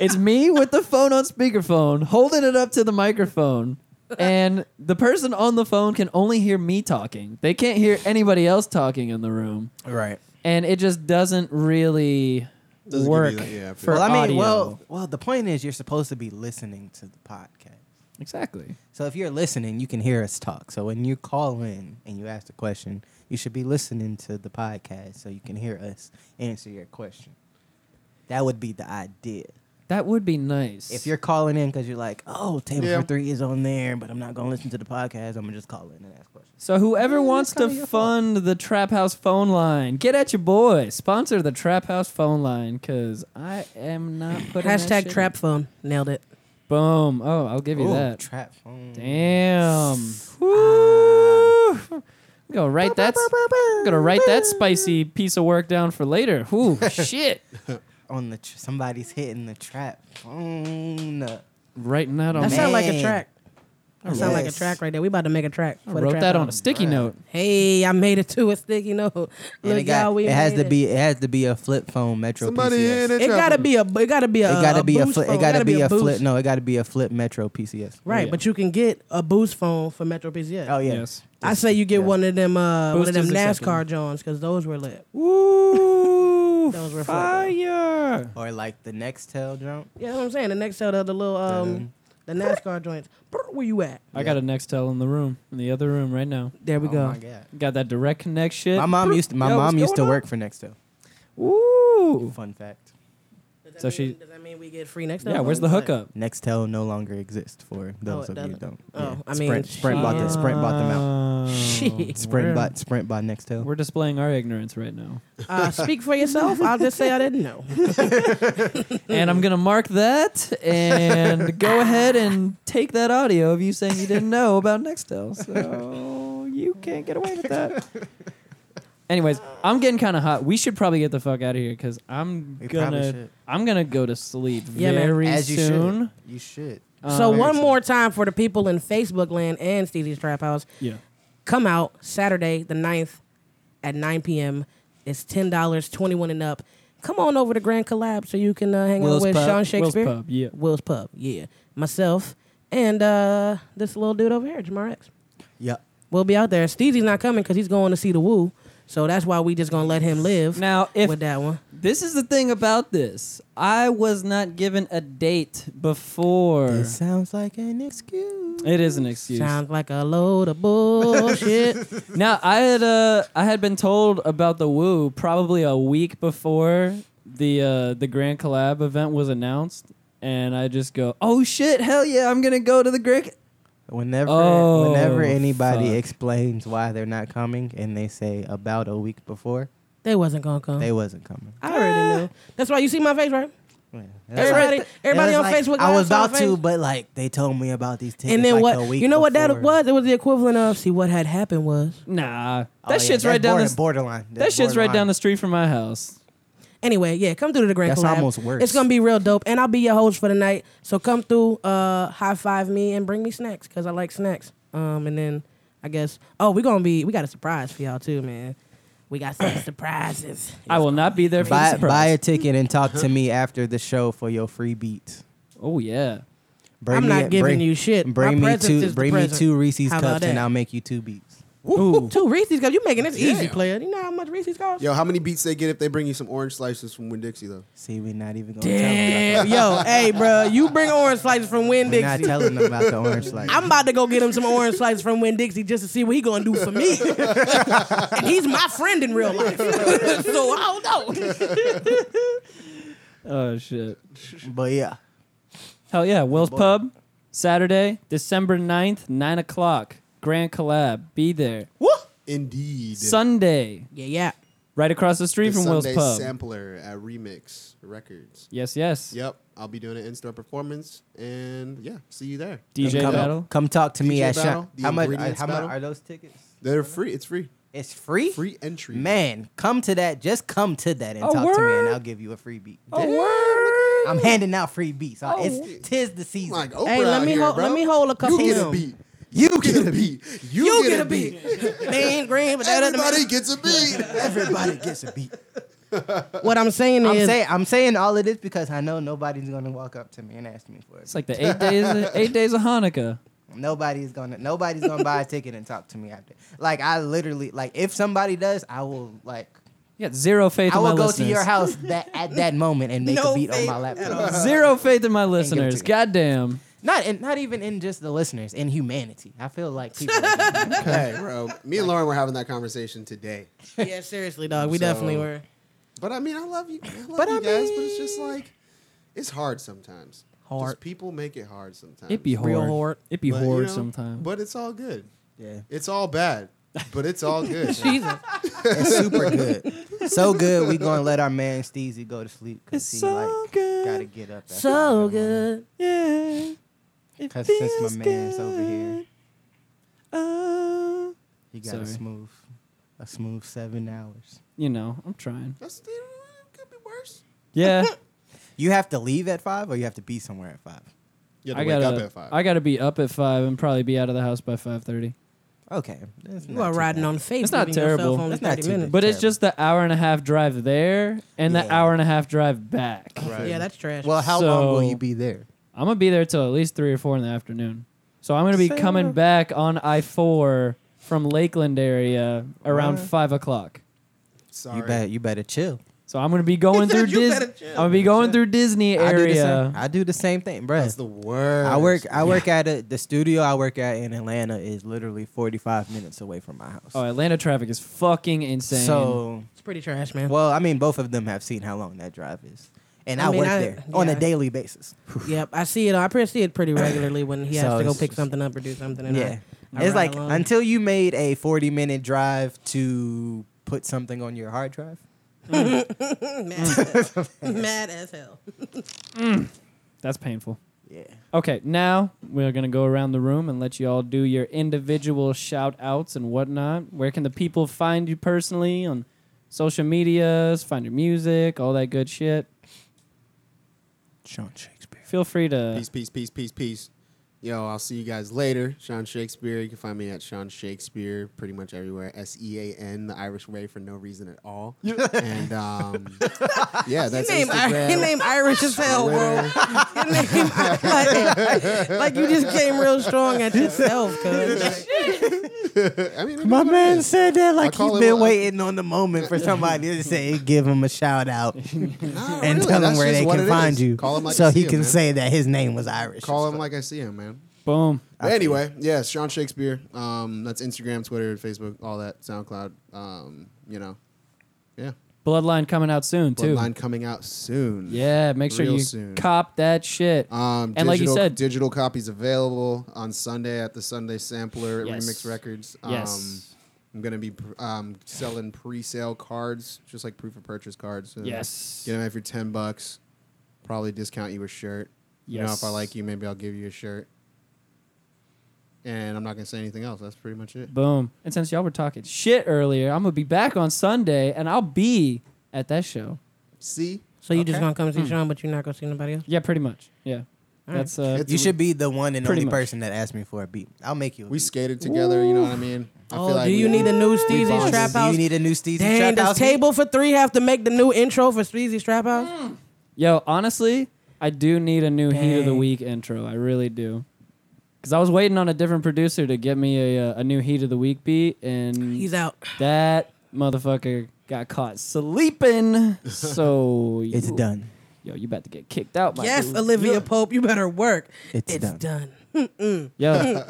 S4: It's me with the phone on speakerphone, holding it up to the microphone. And the person on the phone can only hear me talking. They can't hear anybody else talking in the room.
S3: Right.
S4: and it just doesn't really
S6: Doesn't give you
S4: work
S6: that- yeah, I feel
S4: for
S6: that.
S3: well, I mean,
S4: audio.
S3: well, well, the point is you're supposed to be listening to the podcast.
S4: exactly.
S3: So if you're listening, you can hear us talk. So when you call in and you ask a question, you should be listening to the podcast so you can hear us answer your question. That would be the idea.
S4: That would be nice.
S3: If you're calling in because you're like, oh, table
S6: Yeah.
S3: for three is on there, but I'm not going to listen to the podcast, I'm going to just call in and ask questions.
S4: so whoever wants to
S3: kinda your fault.
S4: fund the Trap House phone line, get at your boy. Sponsor the Trap House phone line because I am not putting that
S5: Hashtag
S4: shit-
S5: trap phone. Nailed it.
S4: Boom. Oh, I'll give you
S3: Ooh,
S4: that.
S3: Trap phone.
S4: Damn. Woo. I'm gonna write that. I'm gonna write that spicy piece of work down for later. Ooh, shit.
S3: On the tr- somebody's hitting the trap phone.
S4: Writing that on.
S5: That sound like a
S3: Oh, man.
S5: track. That sound like a
S3: Yes.
S5: track right there. We about to make a track.
S4: I
S5: for the
S4: wrote
S5: trap
S4: that on
S5: album.
S4: a sticky note.
S5: Hey, I made it to a sticky note. Look,
S3: And it, got-
S5: y'all, we
S3: it has
S5: made
S3: to be. It has to be a flip phone. Metro.
S6: Somebody
S3: PCS.
S6: in
S5: It gotta be a. It gotta be a.
S3: It gotta be a
S5: boost
S3: flip.
S5: phone.
S3: It gotta be a
S5: boost.
S3: flip. No, it gotta be a flip Metro PCS.
S5: Right,
S4: Yeah.
S5: but you can get a boost phone for Metro PCS.
S3: Oh yeah.
S4: Yes.
S5: I say you get
S3: yeah.
S5: one of them. Uh, one
S4: Boost
S5: of them
S4: is acceptable.
S5: NASCAR Johns because those were lit.
S4: Ooh,
S5: Those were
S4: fire.
S3: Or like the Nextel jump.
S5: Yeah, that's what I'm saying. The next set of the little um, the NASCAR joints. Brr, Where you at?
S4: I got a Nextel in the room, in the other room right now.
S5: There we go.
S3: Oh, my god.
S4: Got that direct connect shit.
S3: My mom used to. My
S4: Yo, what's
S3: mom
S4: going
S3: used to
S4: on?
S3: work for Nextel.
S4: Ooh.
S3: Fun fact.
S5: Does that
S4: So
S5: mean,
S4: she-
S5: Does that mean we get free next?
S4: Yeah, where's the hookup?
S3: Nextel no longer exists for those
S5: it
S3: of you who
S5: doesn't?
S3: don't.
S5: Oh,
S3: Yeah.
S5: I mean,
S3: Sprint, Sprint bought them.
S5: shit.
S3: Sprint bought them out.
S4: Oh.
S5: Shit.
S3: Sprint
S4: We're-
S3: bought. Sprint bought Nextel.
S4: We're displaying our ignorance right now.
S5: Uh, speak for yourself. I'll just say I didn't know.
S4: and I'm gonna mark that and go ahead and take that audio of you saying you didn't know about Nextel. So you can't get away with that. Anyways, I'm getting kind of hot. We should probably get the fuck out of here because I'm
S3: We probably
S4: gonna
S3: should.
S4: I'm gonna go to sleep
S5: Yeah, man.
S4: very
S3: As you
S4: soon.
S3: should. You should.
S5: so
S4: Um,
S5: one more time for the people in Facebook land and Stevie's Trap House.
S4: Yeah.
S5: Come out Saturday the 9th at 9 p.m. It's ten dollars, twenty one and up. Come on over to Grand Collab so you can uh, hang
S3: Will's
S5: out with
S3: Pub.
S5: Sean
S3: Will's
S4: Will's
S5: Shakespeare,
S4: pub. Yeah.
S5: Will's Pub, yeah, myself, and uh, this little dude over here, Jamar X.
S3: Yep.
S5: We'll be out there. Steezy's not coming because he's going to see the Woo, so that's why we just gonna let him live
S4: Now, if
S5: with that one.
S4: this is the thing about this, I was not given a date before.
S3: It sounds like an excuse.
S4: It is an excuse.
S5: Sounds like a load of bullshit.
S4: Now I had uh I had been told about the Woo probably a week before the uh the Grand Collab event was announced, and I just go, oh shit, hell yeah, I'm gonna go to the Grand. C-"
S3: Whenever,
S4: Oh,
S3: whenever anybody
S4: fuck.
S3: explains why they're not coming, and they say about a week before,
S5: they wasn't gonna come.
S3: they wasn't coming.
S5: I already knew. That's why you see my face, right?
S3: Yeah.
S5: Everybody, everybody
S3: It
S5: on
S3: was like,
S5: Facebook.
S3: I
S5: live
S3: was
S5: on
S3: about to,
S5: Facebook.
S3: but like they told me about these tickets.
S5: And then
S3: like, a
S5: what?
S3: week
S5: You know what that
S3: before.
S5: was? It was the equivalent of see what had happened was.
S4: Nah,
S3: Oh,
S4: that
S3: yeah,
S4: shit's
S3: that's
S4: right down
S3: border-
S4: the s-
S3: borderline.
S4: that shit's right down the street from my house.
S5: Anyway, yeah, come through to the Grand
S3: That's
S5: Collab.
S3: almost worse.
S5: It's gonna be real dope, and I'll be your host for the night. So come through, uh, high five me, and bring me snacks because I like snacks. Um, and then I guess oh, we're gonna be we got a surprise for y'all too, man. We got some surprises.
S4: I will not be there for the
S3: Buy,
S4: surprise.
S3: buy a ticket and talk to me after the show for your free beats.
S4: Oh yeah,
S3: Bring
S5: I'm
S3: me-
S5: not giving
S3: bring-
S5: you shit. My
S3: Bring me
S5: presence is
S3: two.
S5: the
S3: Bring me
S5: present.
S3: two Reese's
S5: How about
S3: cups, and
S5: that?
S3: I'll make you two beats.
S5: Ooh,
S4: Ooh.
S5: two Reese's cups. You making this easy,
S6: Yeah.
S5: player? You know how much Reese's cost?
S6: Yo, how many beats they get if they bring you some orange slices from Winn Dixie though?
S3: See, we're not even gonna
S5: Damn, yo, hey, bro, you bring orange slices from Winn
S3: tell them. We're not
S5: Dixie.
S3: telling them about the orange light.
S5: I'm about to go get him some orange slices from Winn Dixie just to see what he gonna do for me. and he's my friend in real life, so I don't know.
S4: oh shit,
S3: but yeah,
S4: hell yeah, Will's Pub, Saturday, December 9th, nine o'clock, Grand Collab. Be there.
S6: Indeed.
S4: Sunday,
S5: Yeah, yeah.
S4: right across the street
S6: The
S4: from Will's
S6: Sunday
S4: Pub.
S6: sampler at Remix Records.
S4: yes, yes.
S6: Yep, I'll be doing an in-store performance, and yeah, see you there.
S4: DJ
S3: come,
S4: Battle.
S3: Come talk to me
S6: DJ
S3: at
S6: battle,
S3: Sean.
S6: the
S3: How much?
S6: ingredients
S3: How much
S6: battle.
S3: are those tickets?
S6: They're free. It's free.
S3: It's free.
S6: Free entry.
S3: Man, come to that. Just come to that and
S4: Oh,
S3: talk to me,
S4: word.
S3: and I'll give you a free beat.
S4: word.
S3: I'm handing out free beats. I-
S6: Oh.
S3: It's tis the
S6: I'm
S3: season.
S6: like oh. Oprah
S5: hey, let
S6: out
S5: me
S6: here,
S5: hold,
S6: bro.
S5: let me hold a couple.
S6: You get
S5: of
S6: a
S5: them.
S6: beat. You get a beat. You,
S5: You
S6: get a beat.
S5: they ain't green, but that doesn't
S6: Everybody gets a beat.
S3: Everybody gets a beat.
S5: matter. What I'm saying
S3: I'm
S5: is,
S3: saying I'm saying all of this because I know nobody's gonna walk up to me and ask me for it.
S4: It's like the eight days, eight days of Hanukkah.
S3: Nobody's gonna nobody's gonna buy a ticket and talk to me after. Like I literally like if somebody does, I will like
S4: You got zero faith
S3: I
S4: in my
S3: will go
S4: listeners.
S3: to your house that, at that moment and make
S5: No
S3: a beat on
S5: faith
S3: my laptop.
S4: Zero faith in my
S3: give it to
S4: listeners.
S3: you.
S4: Goddamn.
S3: Not in, not even in just the listeners, in humanity. I feel like people.
S6: Hey, bro. Me and Lauren were having that conversation today.
S5: yeah, seriously, dog. We
S6: So-
S5: definitely were
S6: But I mean, I love you. I love
S3: But
S6: you
S3: I
S6: guys, but it's just like it's hard sometimes.
S5: Hard.
S6: Just people make it hard sometimes.
S4: It be hard.
S5: real hard.
S4: It be
S6: But,
S4: hard
S6: you know,
S4: sometimes.
S6: But it's all good.
S3: yeah,
S6: It's all bad, but it's all good.
S5: Jesus.
S3: it's super good. So good, we gonna let our man Steezy go to sleep because
S4: It's
S3: he
S4: so
S3: like
S4: good.
S3: gotta get up. at five in
S5: so
S3: the morning.
S5: good.
S4: yeah. It
S3: Cause since my
S4: feels
S3: man's over here,
S4: Uh,
S3: he got
S4: Sorry.
S3: a smooth, a smooth seven hours.
S4: you know, I'm trying.
S6: That's it could be worse.
S4: Yeah.
S3: You have to leave at five, or you have to be somewhere at five.
S6: You
S4: I
S6: have to
S4: gotta
S6: wake up at five.
S4: I gotta be up at five and probably be out of the house by five thirty.
S3: Okay, that's
S5: You
S3: not
S5: are
S3: too
S5: riding
S3: bad.
S5: on faith.
S4: It's not
S5: giving yourself
S4: terrible.
S5: Only
S3: It's not
S5: 30
S3: too
S5: minutes.
S4: But it's
S3: terrible.
S4: just the hour and a half drive there and the
S3: Yeah.
S4: hour and a half drive back.
S6: Right.
S5: yeah, that's trash.
S3: Well, how long will
S4: So-
S3: you be there?
S4: I'm gonna be there till at least three or four in the afternoon. So I'm gonna be
S3: Fair
S4: coming
S3: enough.
S4: back on I four from Lakeland area around
S3: Alright.
S4: five o'clock.
S6: Sorry.
S3: You bet. You better chill.
S4: So I'm gonna be going
S5: said you
S4: through Dis-
S5: better
S4: I'm
S5: chill.
S4: gonna be going through Disney
S3: I do the
S4: area.
S3: same. I do the same thing, bro.
S6: That's the worst.
S3: I work. I work at a, the studio. I work at in Atlanta is literally forty five minutes away from my house.
S4: Oh, Atlanta traffic is fucking insane.
S3: so
S5: it's pretty trash, man.
S3: well, I mean, both of them have seen how long that drive is, and
S5: I
S3: I,
S5: mean,
S3: work
S5: I-
S3: there on a
S5: yeah.
S3: daily basis.
S5: yep, I see it. I pretty see it pretty regularly when he has
S3: So
S5: to go
S3: it's
S5: pick
S3: just-
S5: something up or do something. And
S3: yeah,
S5: I, I
S3: it's
S5: ride
S3: like
S5: along.
S3: until you made a forty minute drive to put something on your hard drive.
S5: Mm, mad, as hell. mad as hell.
S4: That's painful.
S3: Yeah.
S4: Okay, now we're gonna go around the room and let you all do your individual shout outs and whatnot. Where can the people find you personally on social medias, find your music, all that good shit?
S3: Sean Shakespeare.
S4: Feel free to
S6: Peace, peace, peace, peace, peace. Yo, I'll see you guys later. Sean Shakespeare. You can find me at Sean Shakespeare pretty much everywhere. S E A N, the Irish way for no reason at all. and um, yeah, that's
S5: His name,
S6: Instagram.
S5: his name Irish as hell, bro.
S6: Twitter.
S5: His name, like, like you just came real strong at yourself, cuz.
S6: I mean, it
S3: My
S6: is what it
S3: man
S6: is.
S3: said that like
S6: call
S3: he's
S6: it
S3: been
S6: what I-
S3: waiting on the moment for somebody to say, give him a shout out
S6: Nah,
S3: and
S6: really,
S3: tell him
S6: that's
S3: where
S6: just
S3: they
S6: what
S3: can
S6: it
S3: find
S6: is.
S3: you
S6: Call him like
S3: so
S6: I see
S3: he
S6: him,
S3: can
S6: man.
S3: say that his name was Irish.
S6: Call him like I see him, man.
S4: boom.
S6: But anyway, yeah, Sean Shakespeare. Um, that's Instagram, Twitter, Facebook, all that, SoundCloud. Um, you know, yeah.
S4: Bloodline coming out soon too.
S6: Bloodline coming out soon.
S4: Yeah, make sure
S6: Real
S4: you
S6: soon.
S4: cop that shit.
S6: Um,
S4: And like you
S6: digital-
S4: said-
S6: digital copies available on Sunday at the Sunday Sampler at
S4: Yes.
S6: Remix Records. Um,
S4: Yes.
S6: I'm gonna be pr- um, selling pre-sale cards, just like proof of purchase cards. So
S4: Yes.
S6: get them if you're ten bucks. Probably discount you a shirt. You know, if I
S4: Yes.
S6: like you, maybe I'll give you a shirt. And I'm not gonna say anything else. That's pretty much it.
S4: Boom. And since y'all were talking shit earlier, I'm gonna be back on Sunday and I'll be at that show.
S6: See,
S5: So you just gonna come
S3: Hmm.
S5: see Sean, but you're not gonna see nobody else?
S4: Yeah, pretty much. Yeah.
S5: right.
S4: That's uh
S6: It's-
S3: You should be the one and
S4: Pretty
S3: only
S4: much.
S3: person that asked me for a beat. I'll make you. A
S6: we
S3: beat.
S6: skated together. You know what I mean? I
S5: Oh, do you need a new Steezy's
S6: bonded.
S5: Trap
S3: Do
S5: House?
S3: you need a new Steezy
S5: Dang,
S3: trap
S5: does
S3: house beat?
S5: Table for Three have to make the new intro for Steezy's Trap House?
S4: Yo, honestly, I do need a new Heat of the
S5: Dang.
S4: Week intro. I really do. Cause I was waiting on a different producer to get me a, uh, a new Heat of the Week beat, and
S5: He's out.
S4: that motherfucker got caught sleeping. so
S3: It's
S4: you-
S3: done.
S4: Yo, you about to get kicked out, my
S5: Yes,
S4: dude.
S5: Olivia Pope, you better work.
S3: It's done.
S4: Yo,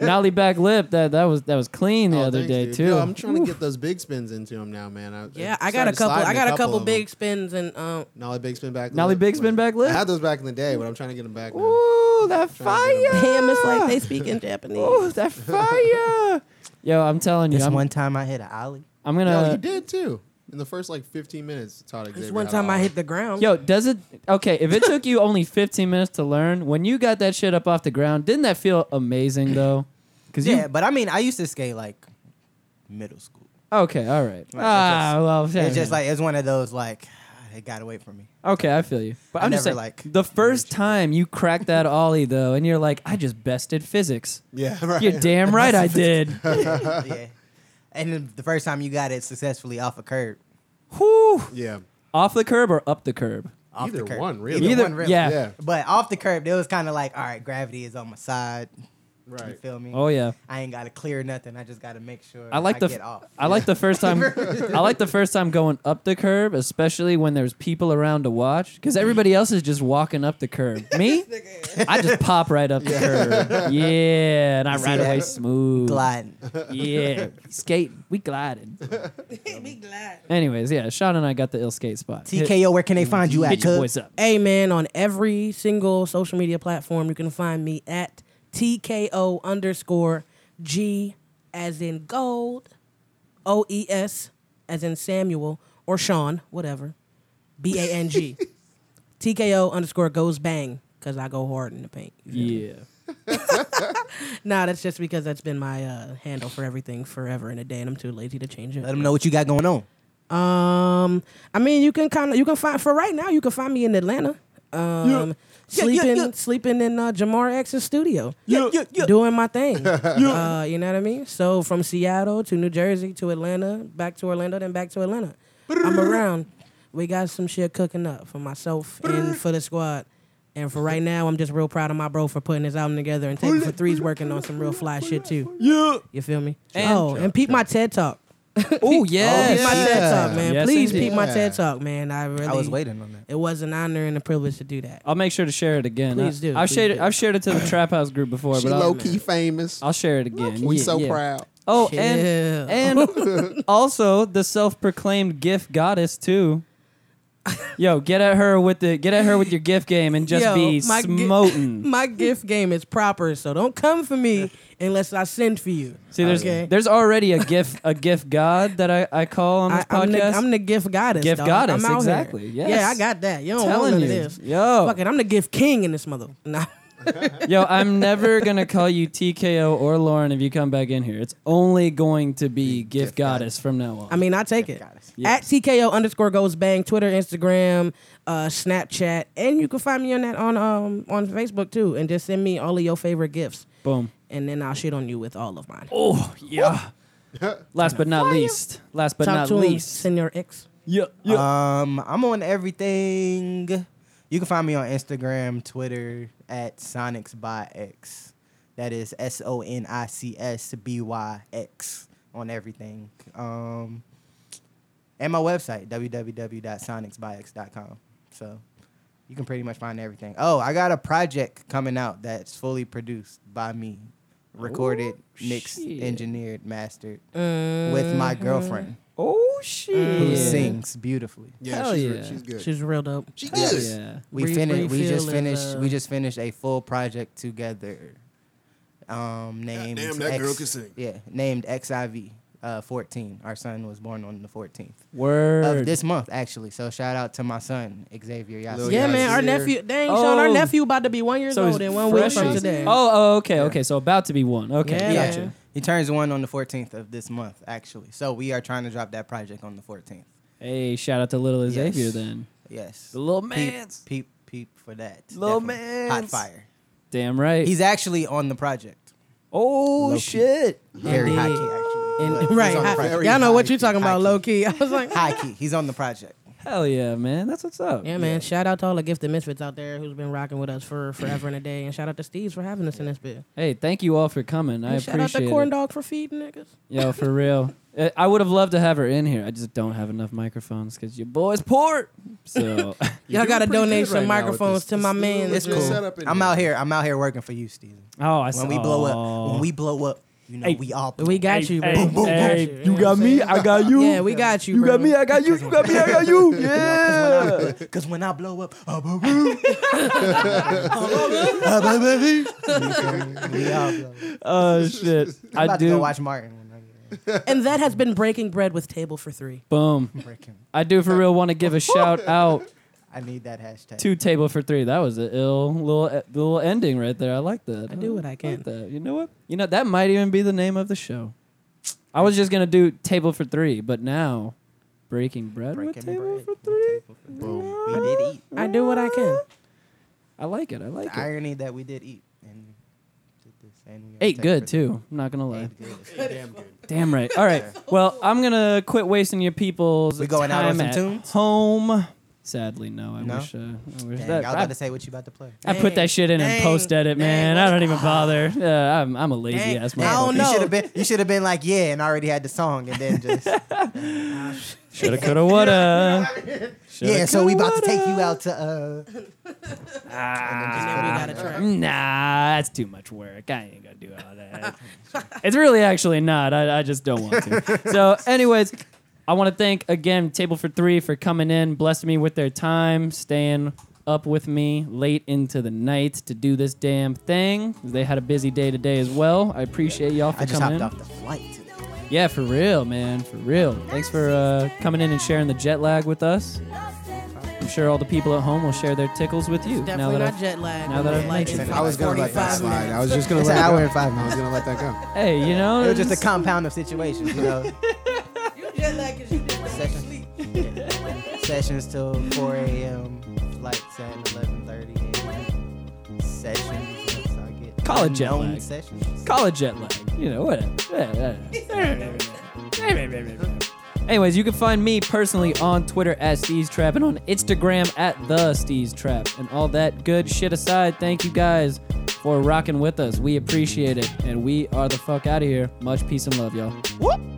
S4: Nolly back lip. That that was that was clean the
S6: Oh,
S4: other
S6: thanks,
S4: day
S6: dude.
S4: too.
S6: Yo, I'm trying to get those big spins into him now, man. I, uh,
S5: Yeah, I got a couple. I got a couple big spins and um.
S6: Nolly big spin back.
S4: Nolly
S6: lip.
S4: big spin back
S6: I
S4: lip.
S6: had those back in the day, but I'm trying to get them back now.
S4: Ooh, that
S6: Trying to get
S4: fire!
S5: Damn, it's like they speak in Japanese.
S4: Ooh, that fire! Yo, I'm telling you,
S3: This
S4: I'm,
S3: one time I hit an ollie.
S4: I'm
S6: Yo, you
S4: gonna.
S6: did too. In the first like 15 minutes, Todd
S5: This
S6: Xavier.
S5: one
S6: had
S5: time
S6: all
S5: I
S6: of
S5: hit
S6: them.
S5: the ground.
S4: Yo, does it? Okay, if it took you only 15 minutes to learn, when you got that shit up off the ground, didn't that feel amazing though? Cause
S3: Yeah,
S4: you.
S3: but I mean, I used to skate like middle school.
S4: Okay, all right.
S3: Like,
S4: ah, well,
S3: It's just like it's one of those like it got away from me.
S4: Okay, I feel you. But
S3: I
S4: I'm just saying,
S3: never, like,
S4: the first time you cracked that ollie though, and you're like, I just bested physics.
S6: Yeah, right.
S4: You're damn right, I did.
S3: yeah. And then the first time you got it successfully off a curb,
S4: Whew.
S6: Yeah.
S4: Off the curb or up the curb?
S3: off
S6: Either
S3: the curb.
S6: one, really.
S4: Either-
S3: one, really.
S4: yeah.
S6: Yeah.
S3: But off the curb, it was kind of like, all right, gravity is on my side. You
S6: Right.
S3: feel me?
S4: Oh yeah.
S3: I ain't gotta clear nothing. I just gotta make sure
S4: I like the
S3: get
S4: f-
S3: off.
S4: I like the first time. I like the first time going up the curb, especially when there's people around to watch, because everybody else is just walking up the curb. Me, I just pop right up the curb. Yeah, and I
S3: see
S4: ride
S3: that?
S4: away smooth.
S3: gliding.
S4: Yeah, skate. We gliding.
S2: Be glad.
S4: Anyways, yeah, Sean and I got the ill skate spot. Hit-
S3: TKO, where can they find you at?
S4: Mm-hmm. hit your
S3: Cuz?
S4: boys up.
S5: Hey man, on every single social media platform, you can find me at TKO underscore G as in gold, O E S as in Samuel or Sean, whatever, B A N G. TKO underscore goes bang because I go hard in the paint. You feel me?
S4: Yeah.
S5: Nah, that's just because that's been my uh, handle for everything forever and a day, and I'm too lazy to change it.
S3: Let them know what you got going on.
S5: Um, I mean, you can kind of you can find for right now. You can find me in Atlanta. Um, sleeping
S3: yeah.
S5: sleeping in uh, Jamar X's studio.
S3: Yeah, yeah, yeah.
S5: doing my thing. Uh, you know what I mean? So from Seattle to New Jersey to Atlanta, back to Orlando, then back to Atlanta. I'm around. We got some shit cooking up for myself and for the squad. And for right now, I'm just real proud of my bro for putting his album together and taking for threes working on some real fly shit too.
S4: Yeah.
S5: You feel me?
S4: And-
S5: oh, and peep my TED talk.
S4: Oh yes.
S5: Peep my TED talk, man.
S4: Yes,
S5: Please
S4: indeed.
S5: peep my
S6: Yeah.
S5: TED talk, man. I really
S3: I was waiting on that.
S5: It was an honor and a privilege to do that.
S4: I'll make sure to share it again.
S5: Please
S4: I-
S5: do,
S4: I've
S5: please
S4: shared
S5: do.
S4: it. I've shared it to the Trap House group before,
S6: She
S4: but
S6: low
S4: I'll,
S6: key famous.
S4: I'll share it again.
S6: we
S4: Yeah,
S6: so
S4: yeah.
S6: proud.
S4: Oh,
S5: Chill.
S4: and and also the self-proclaimed gift goddess too. Yo, get at her with the get at her with your gift game and just
S5: Yo,
S4: be
S5: my gi-
S4: smoting.
S5: my gift game is proper, so don't come for me unless I send for you.
S4: See, there's there's already a gift a gift god that I, I call on this
S5: I, am the,
S4: podcast.
S5: I'm the gift goddess.
S4: Gift
S5: dog.
S4: goddess,
S5: I'm out here.
S4: exactly, yes.
S5: Yeah, I got that. You don't want
S4: telling
S5: none
S4: you,
S5: of this.
S4: yo,
S5: Fuck it, I'm the gift king in this mother. Nah.
S4: yo, I'm never gonna call you TKO or Lauren if you come back in here. It's only going to be gift, goddess from now on.
S5: I mean, I take it. At
S4: Yes.
S5: TKO underscore goes bang, Twitter, Instagram, uh, Snapchat, and you can find me on that on um on Facebook too. And just send me all of your favorite gifts,
S4: boom.
S5: and then I'll shit on you with all of mine.
S4: Oh yeah. Last but not least. Last but
S5: Talk
S4: not
S5: to 'em,
S4: least.
S5: Senor X.
S4: Yeah. Yeah.
S3: Um, I'm on everything. You can find me on Instagram, Twitter at Sonics by X. That is S O N I C S B Y X on everything. Um, and my website www.sonicsbyx.com. So you can pretty much find everything. Oh, I got a project coming out that's fully produced by me, recorded, mixed,
S4: shit. Mm-hmm.
S3: engineered, mastered with my girlfriend
S4: oh shit.
S3: who sings beautifully.
S6: Yeah,
S4: Hell
S6: she's,
S4: yeah.
S6: Re- she's good.
S5: She's real dope.
S6: she
S4: Yeah.
S6: is.
S3: We
S5: Re-
S3: finished. We
S5: refill
S3: just
S5: is,
S3: finished.
S5: uh,
S3: we just finished a full project together. Um, named
S6: Goddamn, that
S3: X-
S6: girl can sing.
S3: Yeah, named XIV. Uh, 14. Our son was born on the 14th
S4: Word.
S3: of this month, actually. So shout out to my son Xavier. Yasser.
S6: Lil
S5: Yeah,
S6: Yachty.
S5: man, our
S6: Yeah.
S5: nephew. Dang, Sean, our
S4: Oh.
S5: nephew about to be one years
S4: he's
S5: old in one week from
S4: freshies.
S5: today.
S4: Oh, oh, okay, okay. So about to be one. Okay,
S5: Yeah.
S4: gotcha.
S3: He turns one on the 14th of this month, actually. So we are trying to drop that project on the 14th.
S4: Hey, shout out to little
S3: Yes.
S4: Xavier then.
S3: Yes.
S4: The little
S3: peep,
S4: man's.
S3: peep, peep for that.
S4: Lil
S3: Definitely. Hot
S4: Mans.
S3: fire.
S4: Damn right.
S3: He's actually on the project.
S4: oh
S3: Low-key.
S4: shit.
S3: Very
S5: Indeed.
S3: high key, actually.
S5: And-
S3: But he's
S5: right.
S3: on the
S5: I-
S3: project.
S5: y'all know what you're
S6: high-key,
S5: talking about,
S3: high-key.
S5: low key. I was like,
S3: High key. He's on the project.
S4: Hell yeah, man. That's what's up.
S5: yeah, man. Shout out to all the gifted misfits out there who's been rocking with us for forever and a day. And shout out to Steve's for having us in this bit.
S4: Hey, thank you all for coming. I
S5: And shout out
S4: appreciate
S5: to Corn
S4: it.
S5: Dog for feeding niggas.
S4: Yo, for real. Uh, I would have loved to have her in here. I just don't have enough microphones because your boy's port. So oh,
S5: Y'all
S6: doing
S5: gotta
S6: pretty
S5: donate
S6: good
S5: some
S6: right now with
S5: microphones
S6: this-
S5: to
S6: this
S5: my
S6: little-
S5: man.
S6: this
S5: It's
S3: It's
S6: little
S3: cool.
S6: setup in
S3: I'm out here. I'm out here working for you, Steven.
S4: Oh, I
S3: When we blow up, when we blow up, you know,
S4: Hey.
S3: we all. Blow.
S5: We
S3: up.
S5: got you, bro.
S4: you, got me, I got you.
S5: Yeah, we got you,
S4: You
S5: bro.
S4: got me, I got you. You got me, I got you. Yeah.
S3: Cause when I blow up, ah, boo, boo. Ah, boo, boo, boo. we all blow. up.
S4: Oh shit.
S3: I'm about
S4: I
S3: to go
S4: do.
S3: watch Martin. when I get
S5: And that has been Breaking Bread with Table for Three.
S4: Boom.
S3: freaking-
S4: I do for real want to give a shout out
S3: I need that hashtag.
S4: to Table for Three. That was a ill little e, little ending right there. I like that.
S5: I do what I can.
S4: Like that. You know what? You know that might even be the name of the show. I was just gonna do Table for Three, but now Breaking Bread with
S3: Breaking
S4: Table
S3: bread.
S4: for Three.
S3: Table for three. We did eat.
S5: I do what I can.
S4: I like it. I like
S3: The
S4: it.
S3: irony that we did eat and did this, and we are
S4: Ate
S3: thankful
S4: good
S3: for
S4: too. I'm not gonna
S3: that.
S4: lie.
S3: Ate good.
S4: Damn right. All right. Well, I'm gonna quit wasting your people's
S3: We going out
S4: time
S3: on some
S4: at
S3: tunes?
S4: home. Sadly, no. I
S3: No?
S4: wish. Uh, I wish
S3: Dang,
S4: that.
S3: I was about
S4: I,
S3: to say what you about to play.
S4: I put that shit in
S5: Dang.
S4: and post edit, man.
S5: Dang.
S4: I don't even bother. Uh, I'm, I'm a lazy
S5: Dang.
S4: ass
S5: I don't
S4: motherfucker.
S5: know.
S3: You should have been. You should have been like, yeah, and already had the song, and then just
S4: Shoulda, coulda, woulda. Shoulda,
S3: yeah. So we
S4: coulda,
S3: about to take you
S4: woulda.
S3: out to. uh
S5: And then we got a track.
S4: Nah, that's too much work. I ain't gonna do all that. it's really actually not. I, I just don't want to. so, anyways, I want to thank again Table for Three for coming in, blessing me with their time, staying up with me late into the night to do this damn thing. They had a busy day today as well. I appreciate y'all for
S3: I just
S4: coming
S3: hopped
S4: in.
S3: off the flight.
S4: Yeah, for real, man, for real. Thanks for uh, coming in and sharing the jet lag with us. I'm sure all the people at home will share their tickles with you. now
S5: Definitely
S4: that
S5: not
S4: I've-
S5: jet lag.
S4: now that I've
S5: Like,
S4: mentioned
S5: it's
S3: it.
S6: I was gonna let that
S5: 45
S6: slide.
S5: minutes.
S6: I was just gonna
S3: It's
S6: let
S3: an
S6: that
S3: hour
S6: go.
S3: and five
S6: I was
S3: minutes.
S6: gonna let that go.
S4: hey, you know,
S3: It was just a compound of situations, you know.
S5: You jet lag is you just don't
S3: Session.
S5: sleep.
S3: Sessions till 4 a.m. Flights at 11:30 a.m. Sessions. Once I get
S4: Call it jet
S3: known
S4: lag.
S3: Sessions.
S4: Call it jet lag. You know, whatever. Yeah, yeah, yeah. Anyways, you can find me personally on Twitter at Steez Trap and on Instagram at the Steez Trap. And all that good shit aside, thank you guys for rocking with us. We appreciate it. And we are the fuck out of here. Much peace and love, y'all.
S3: Whoop.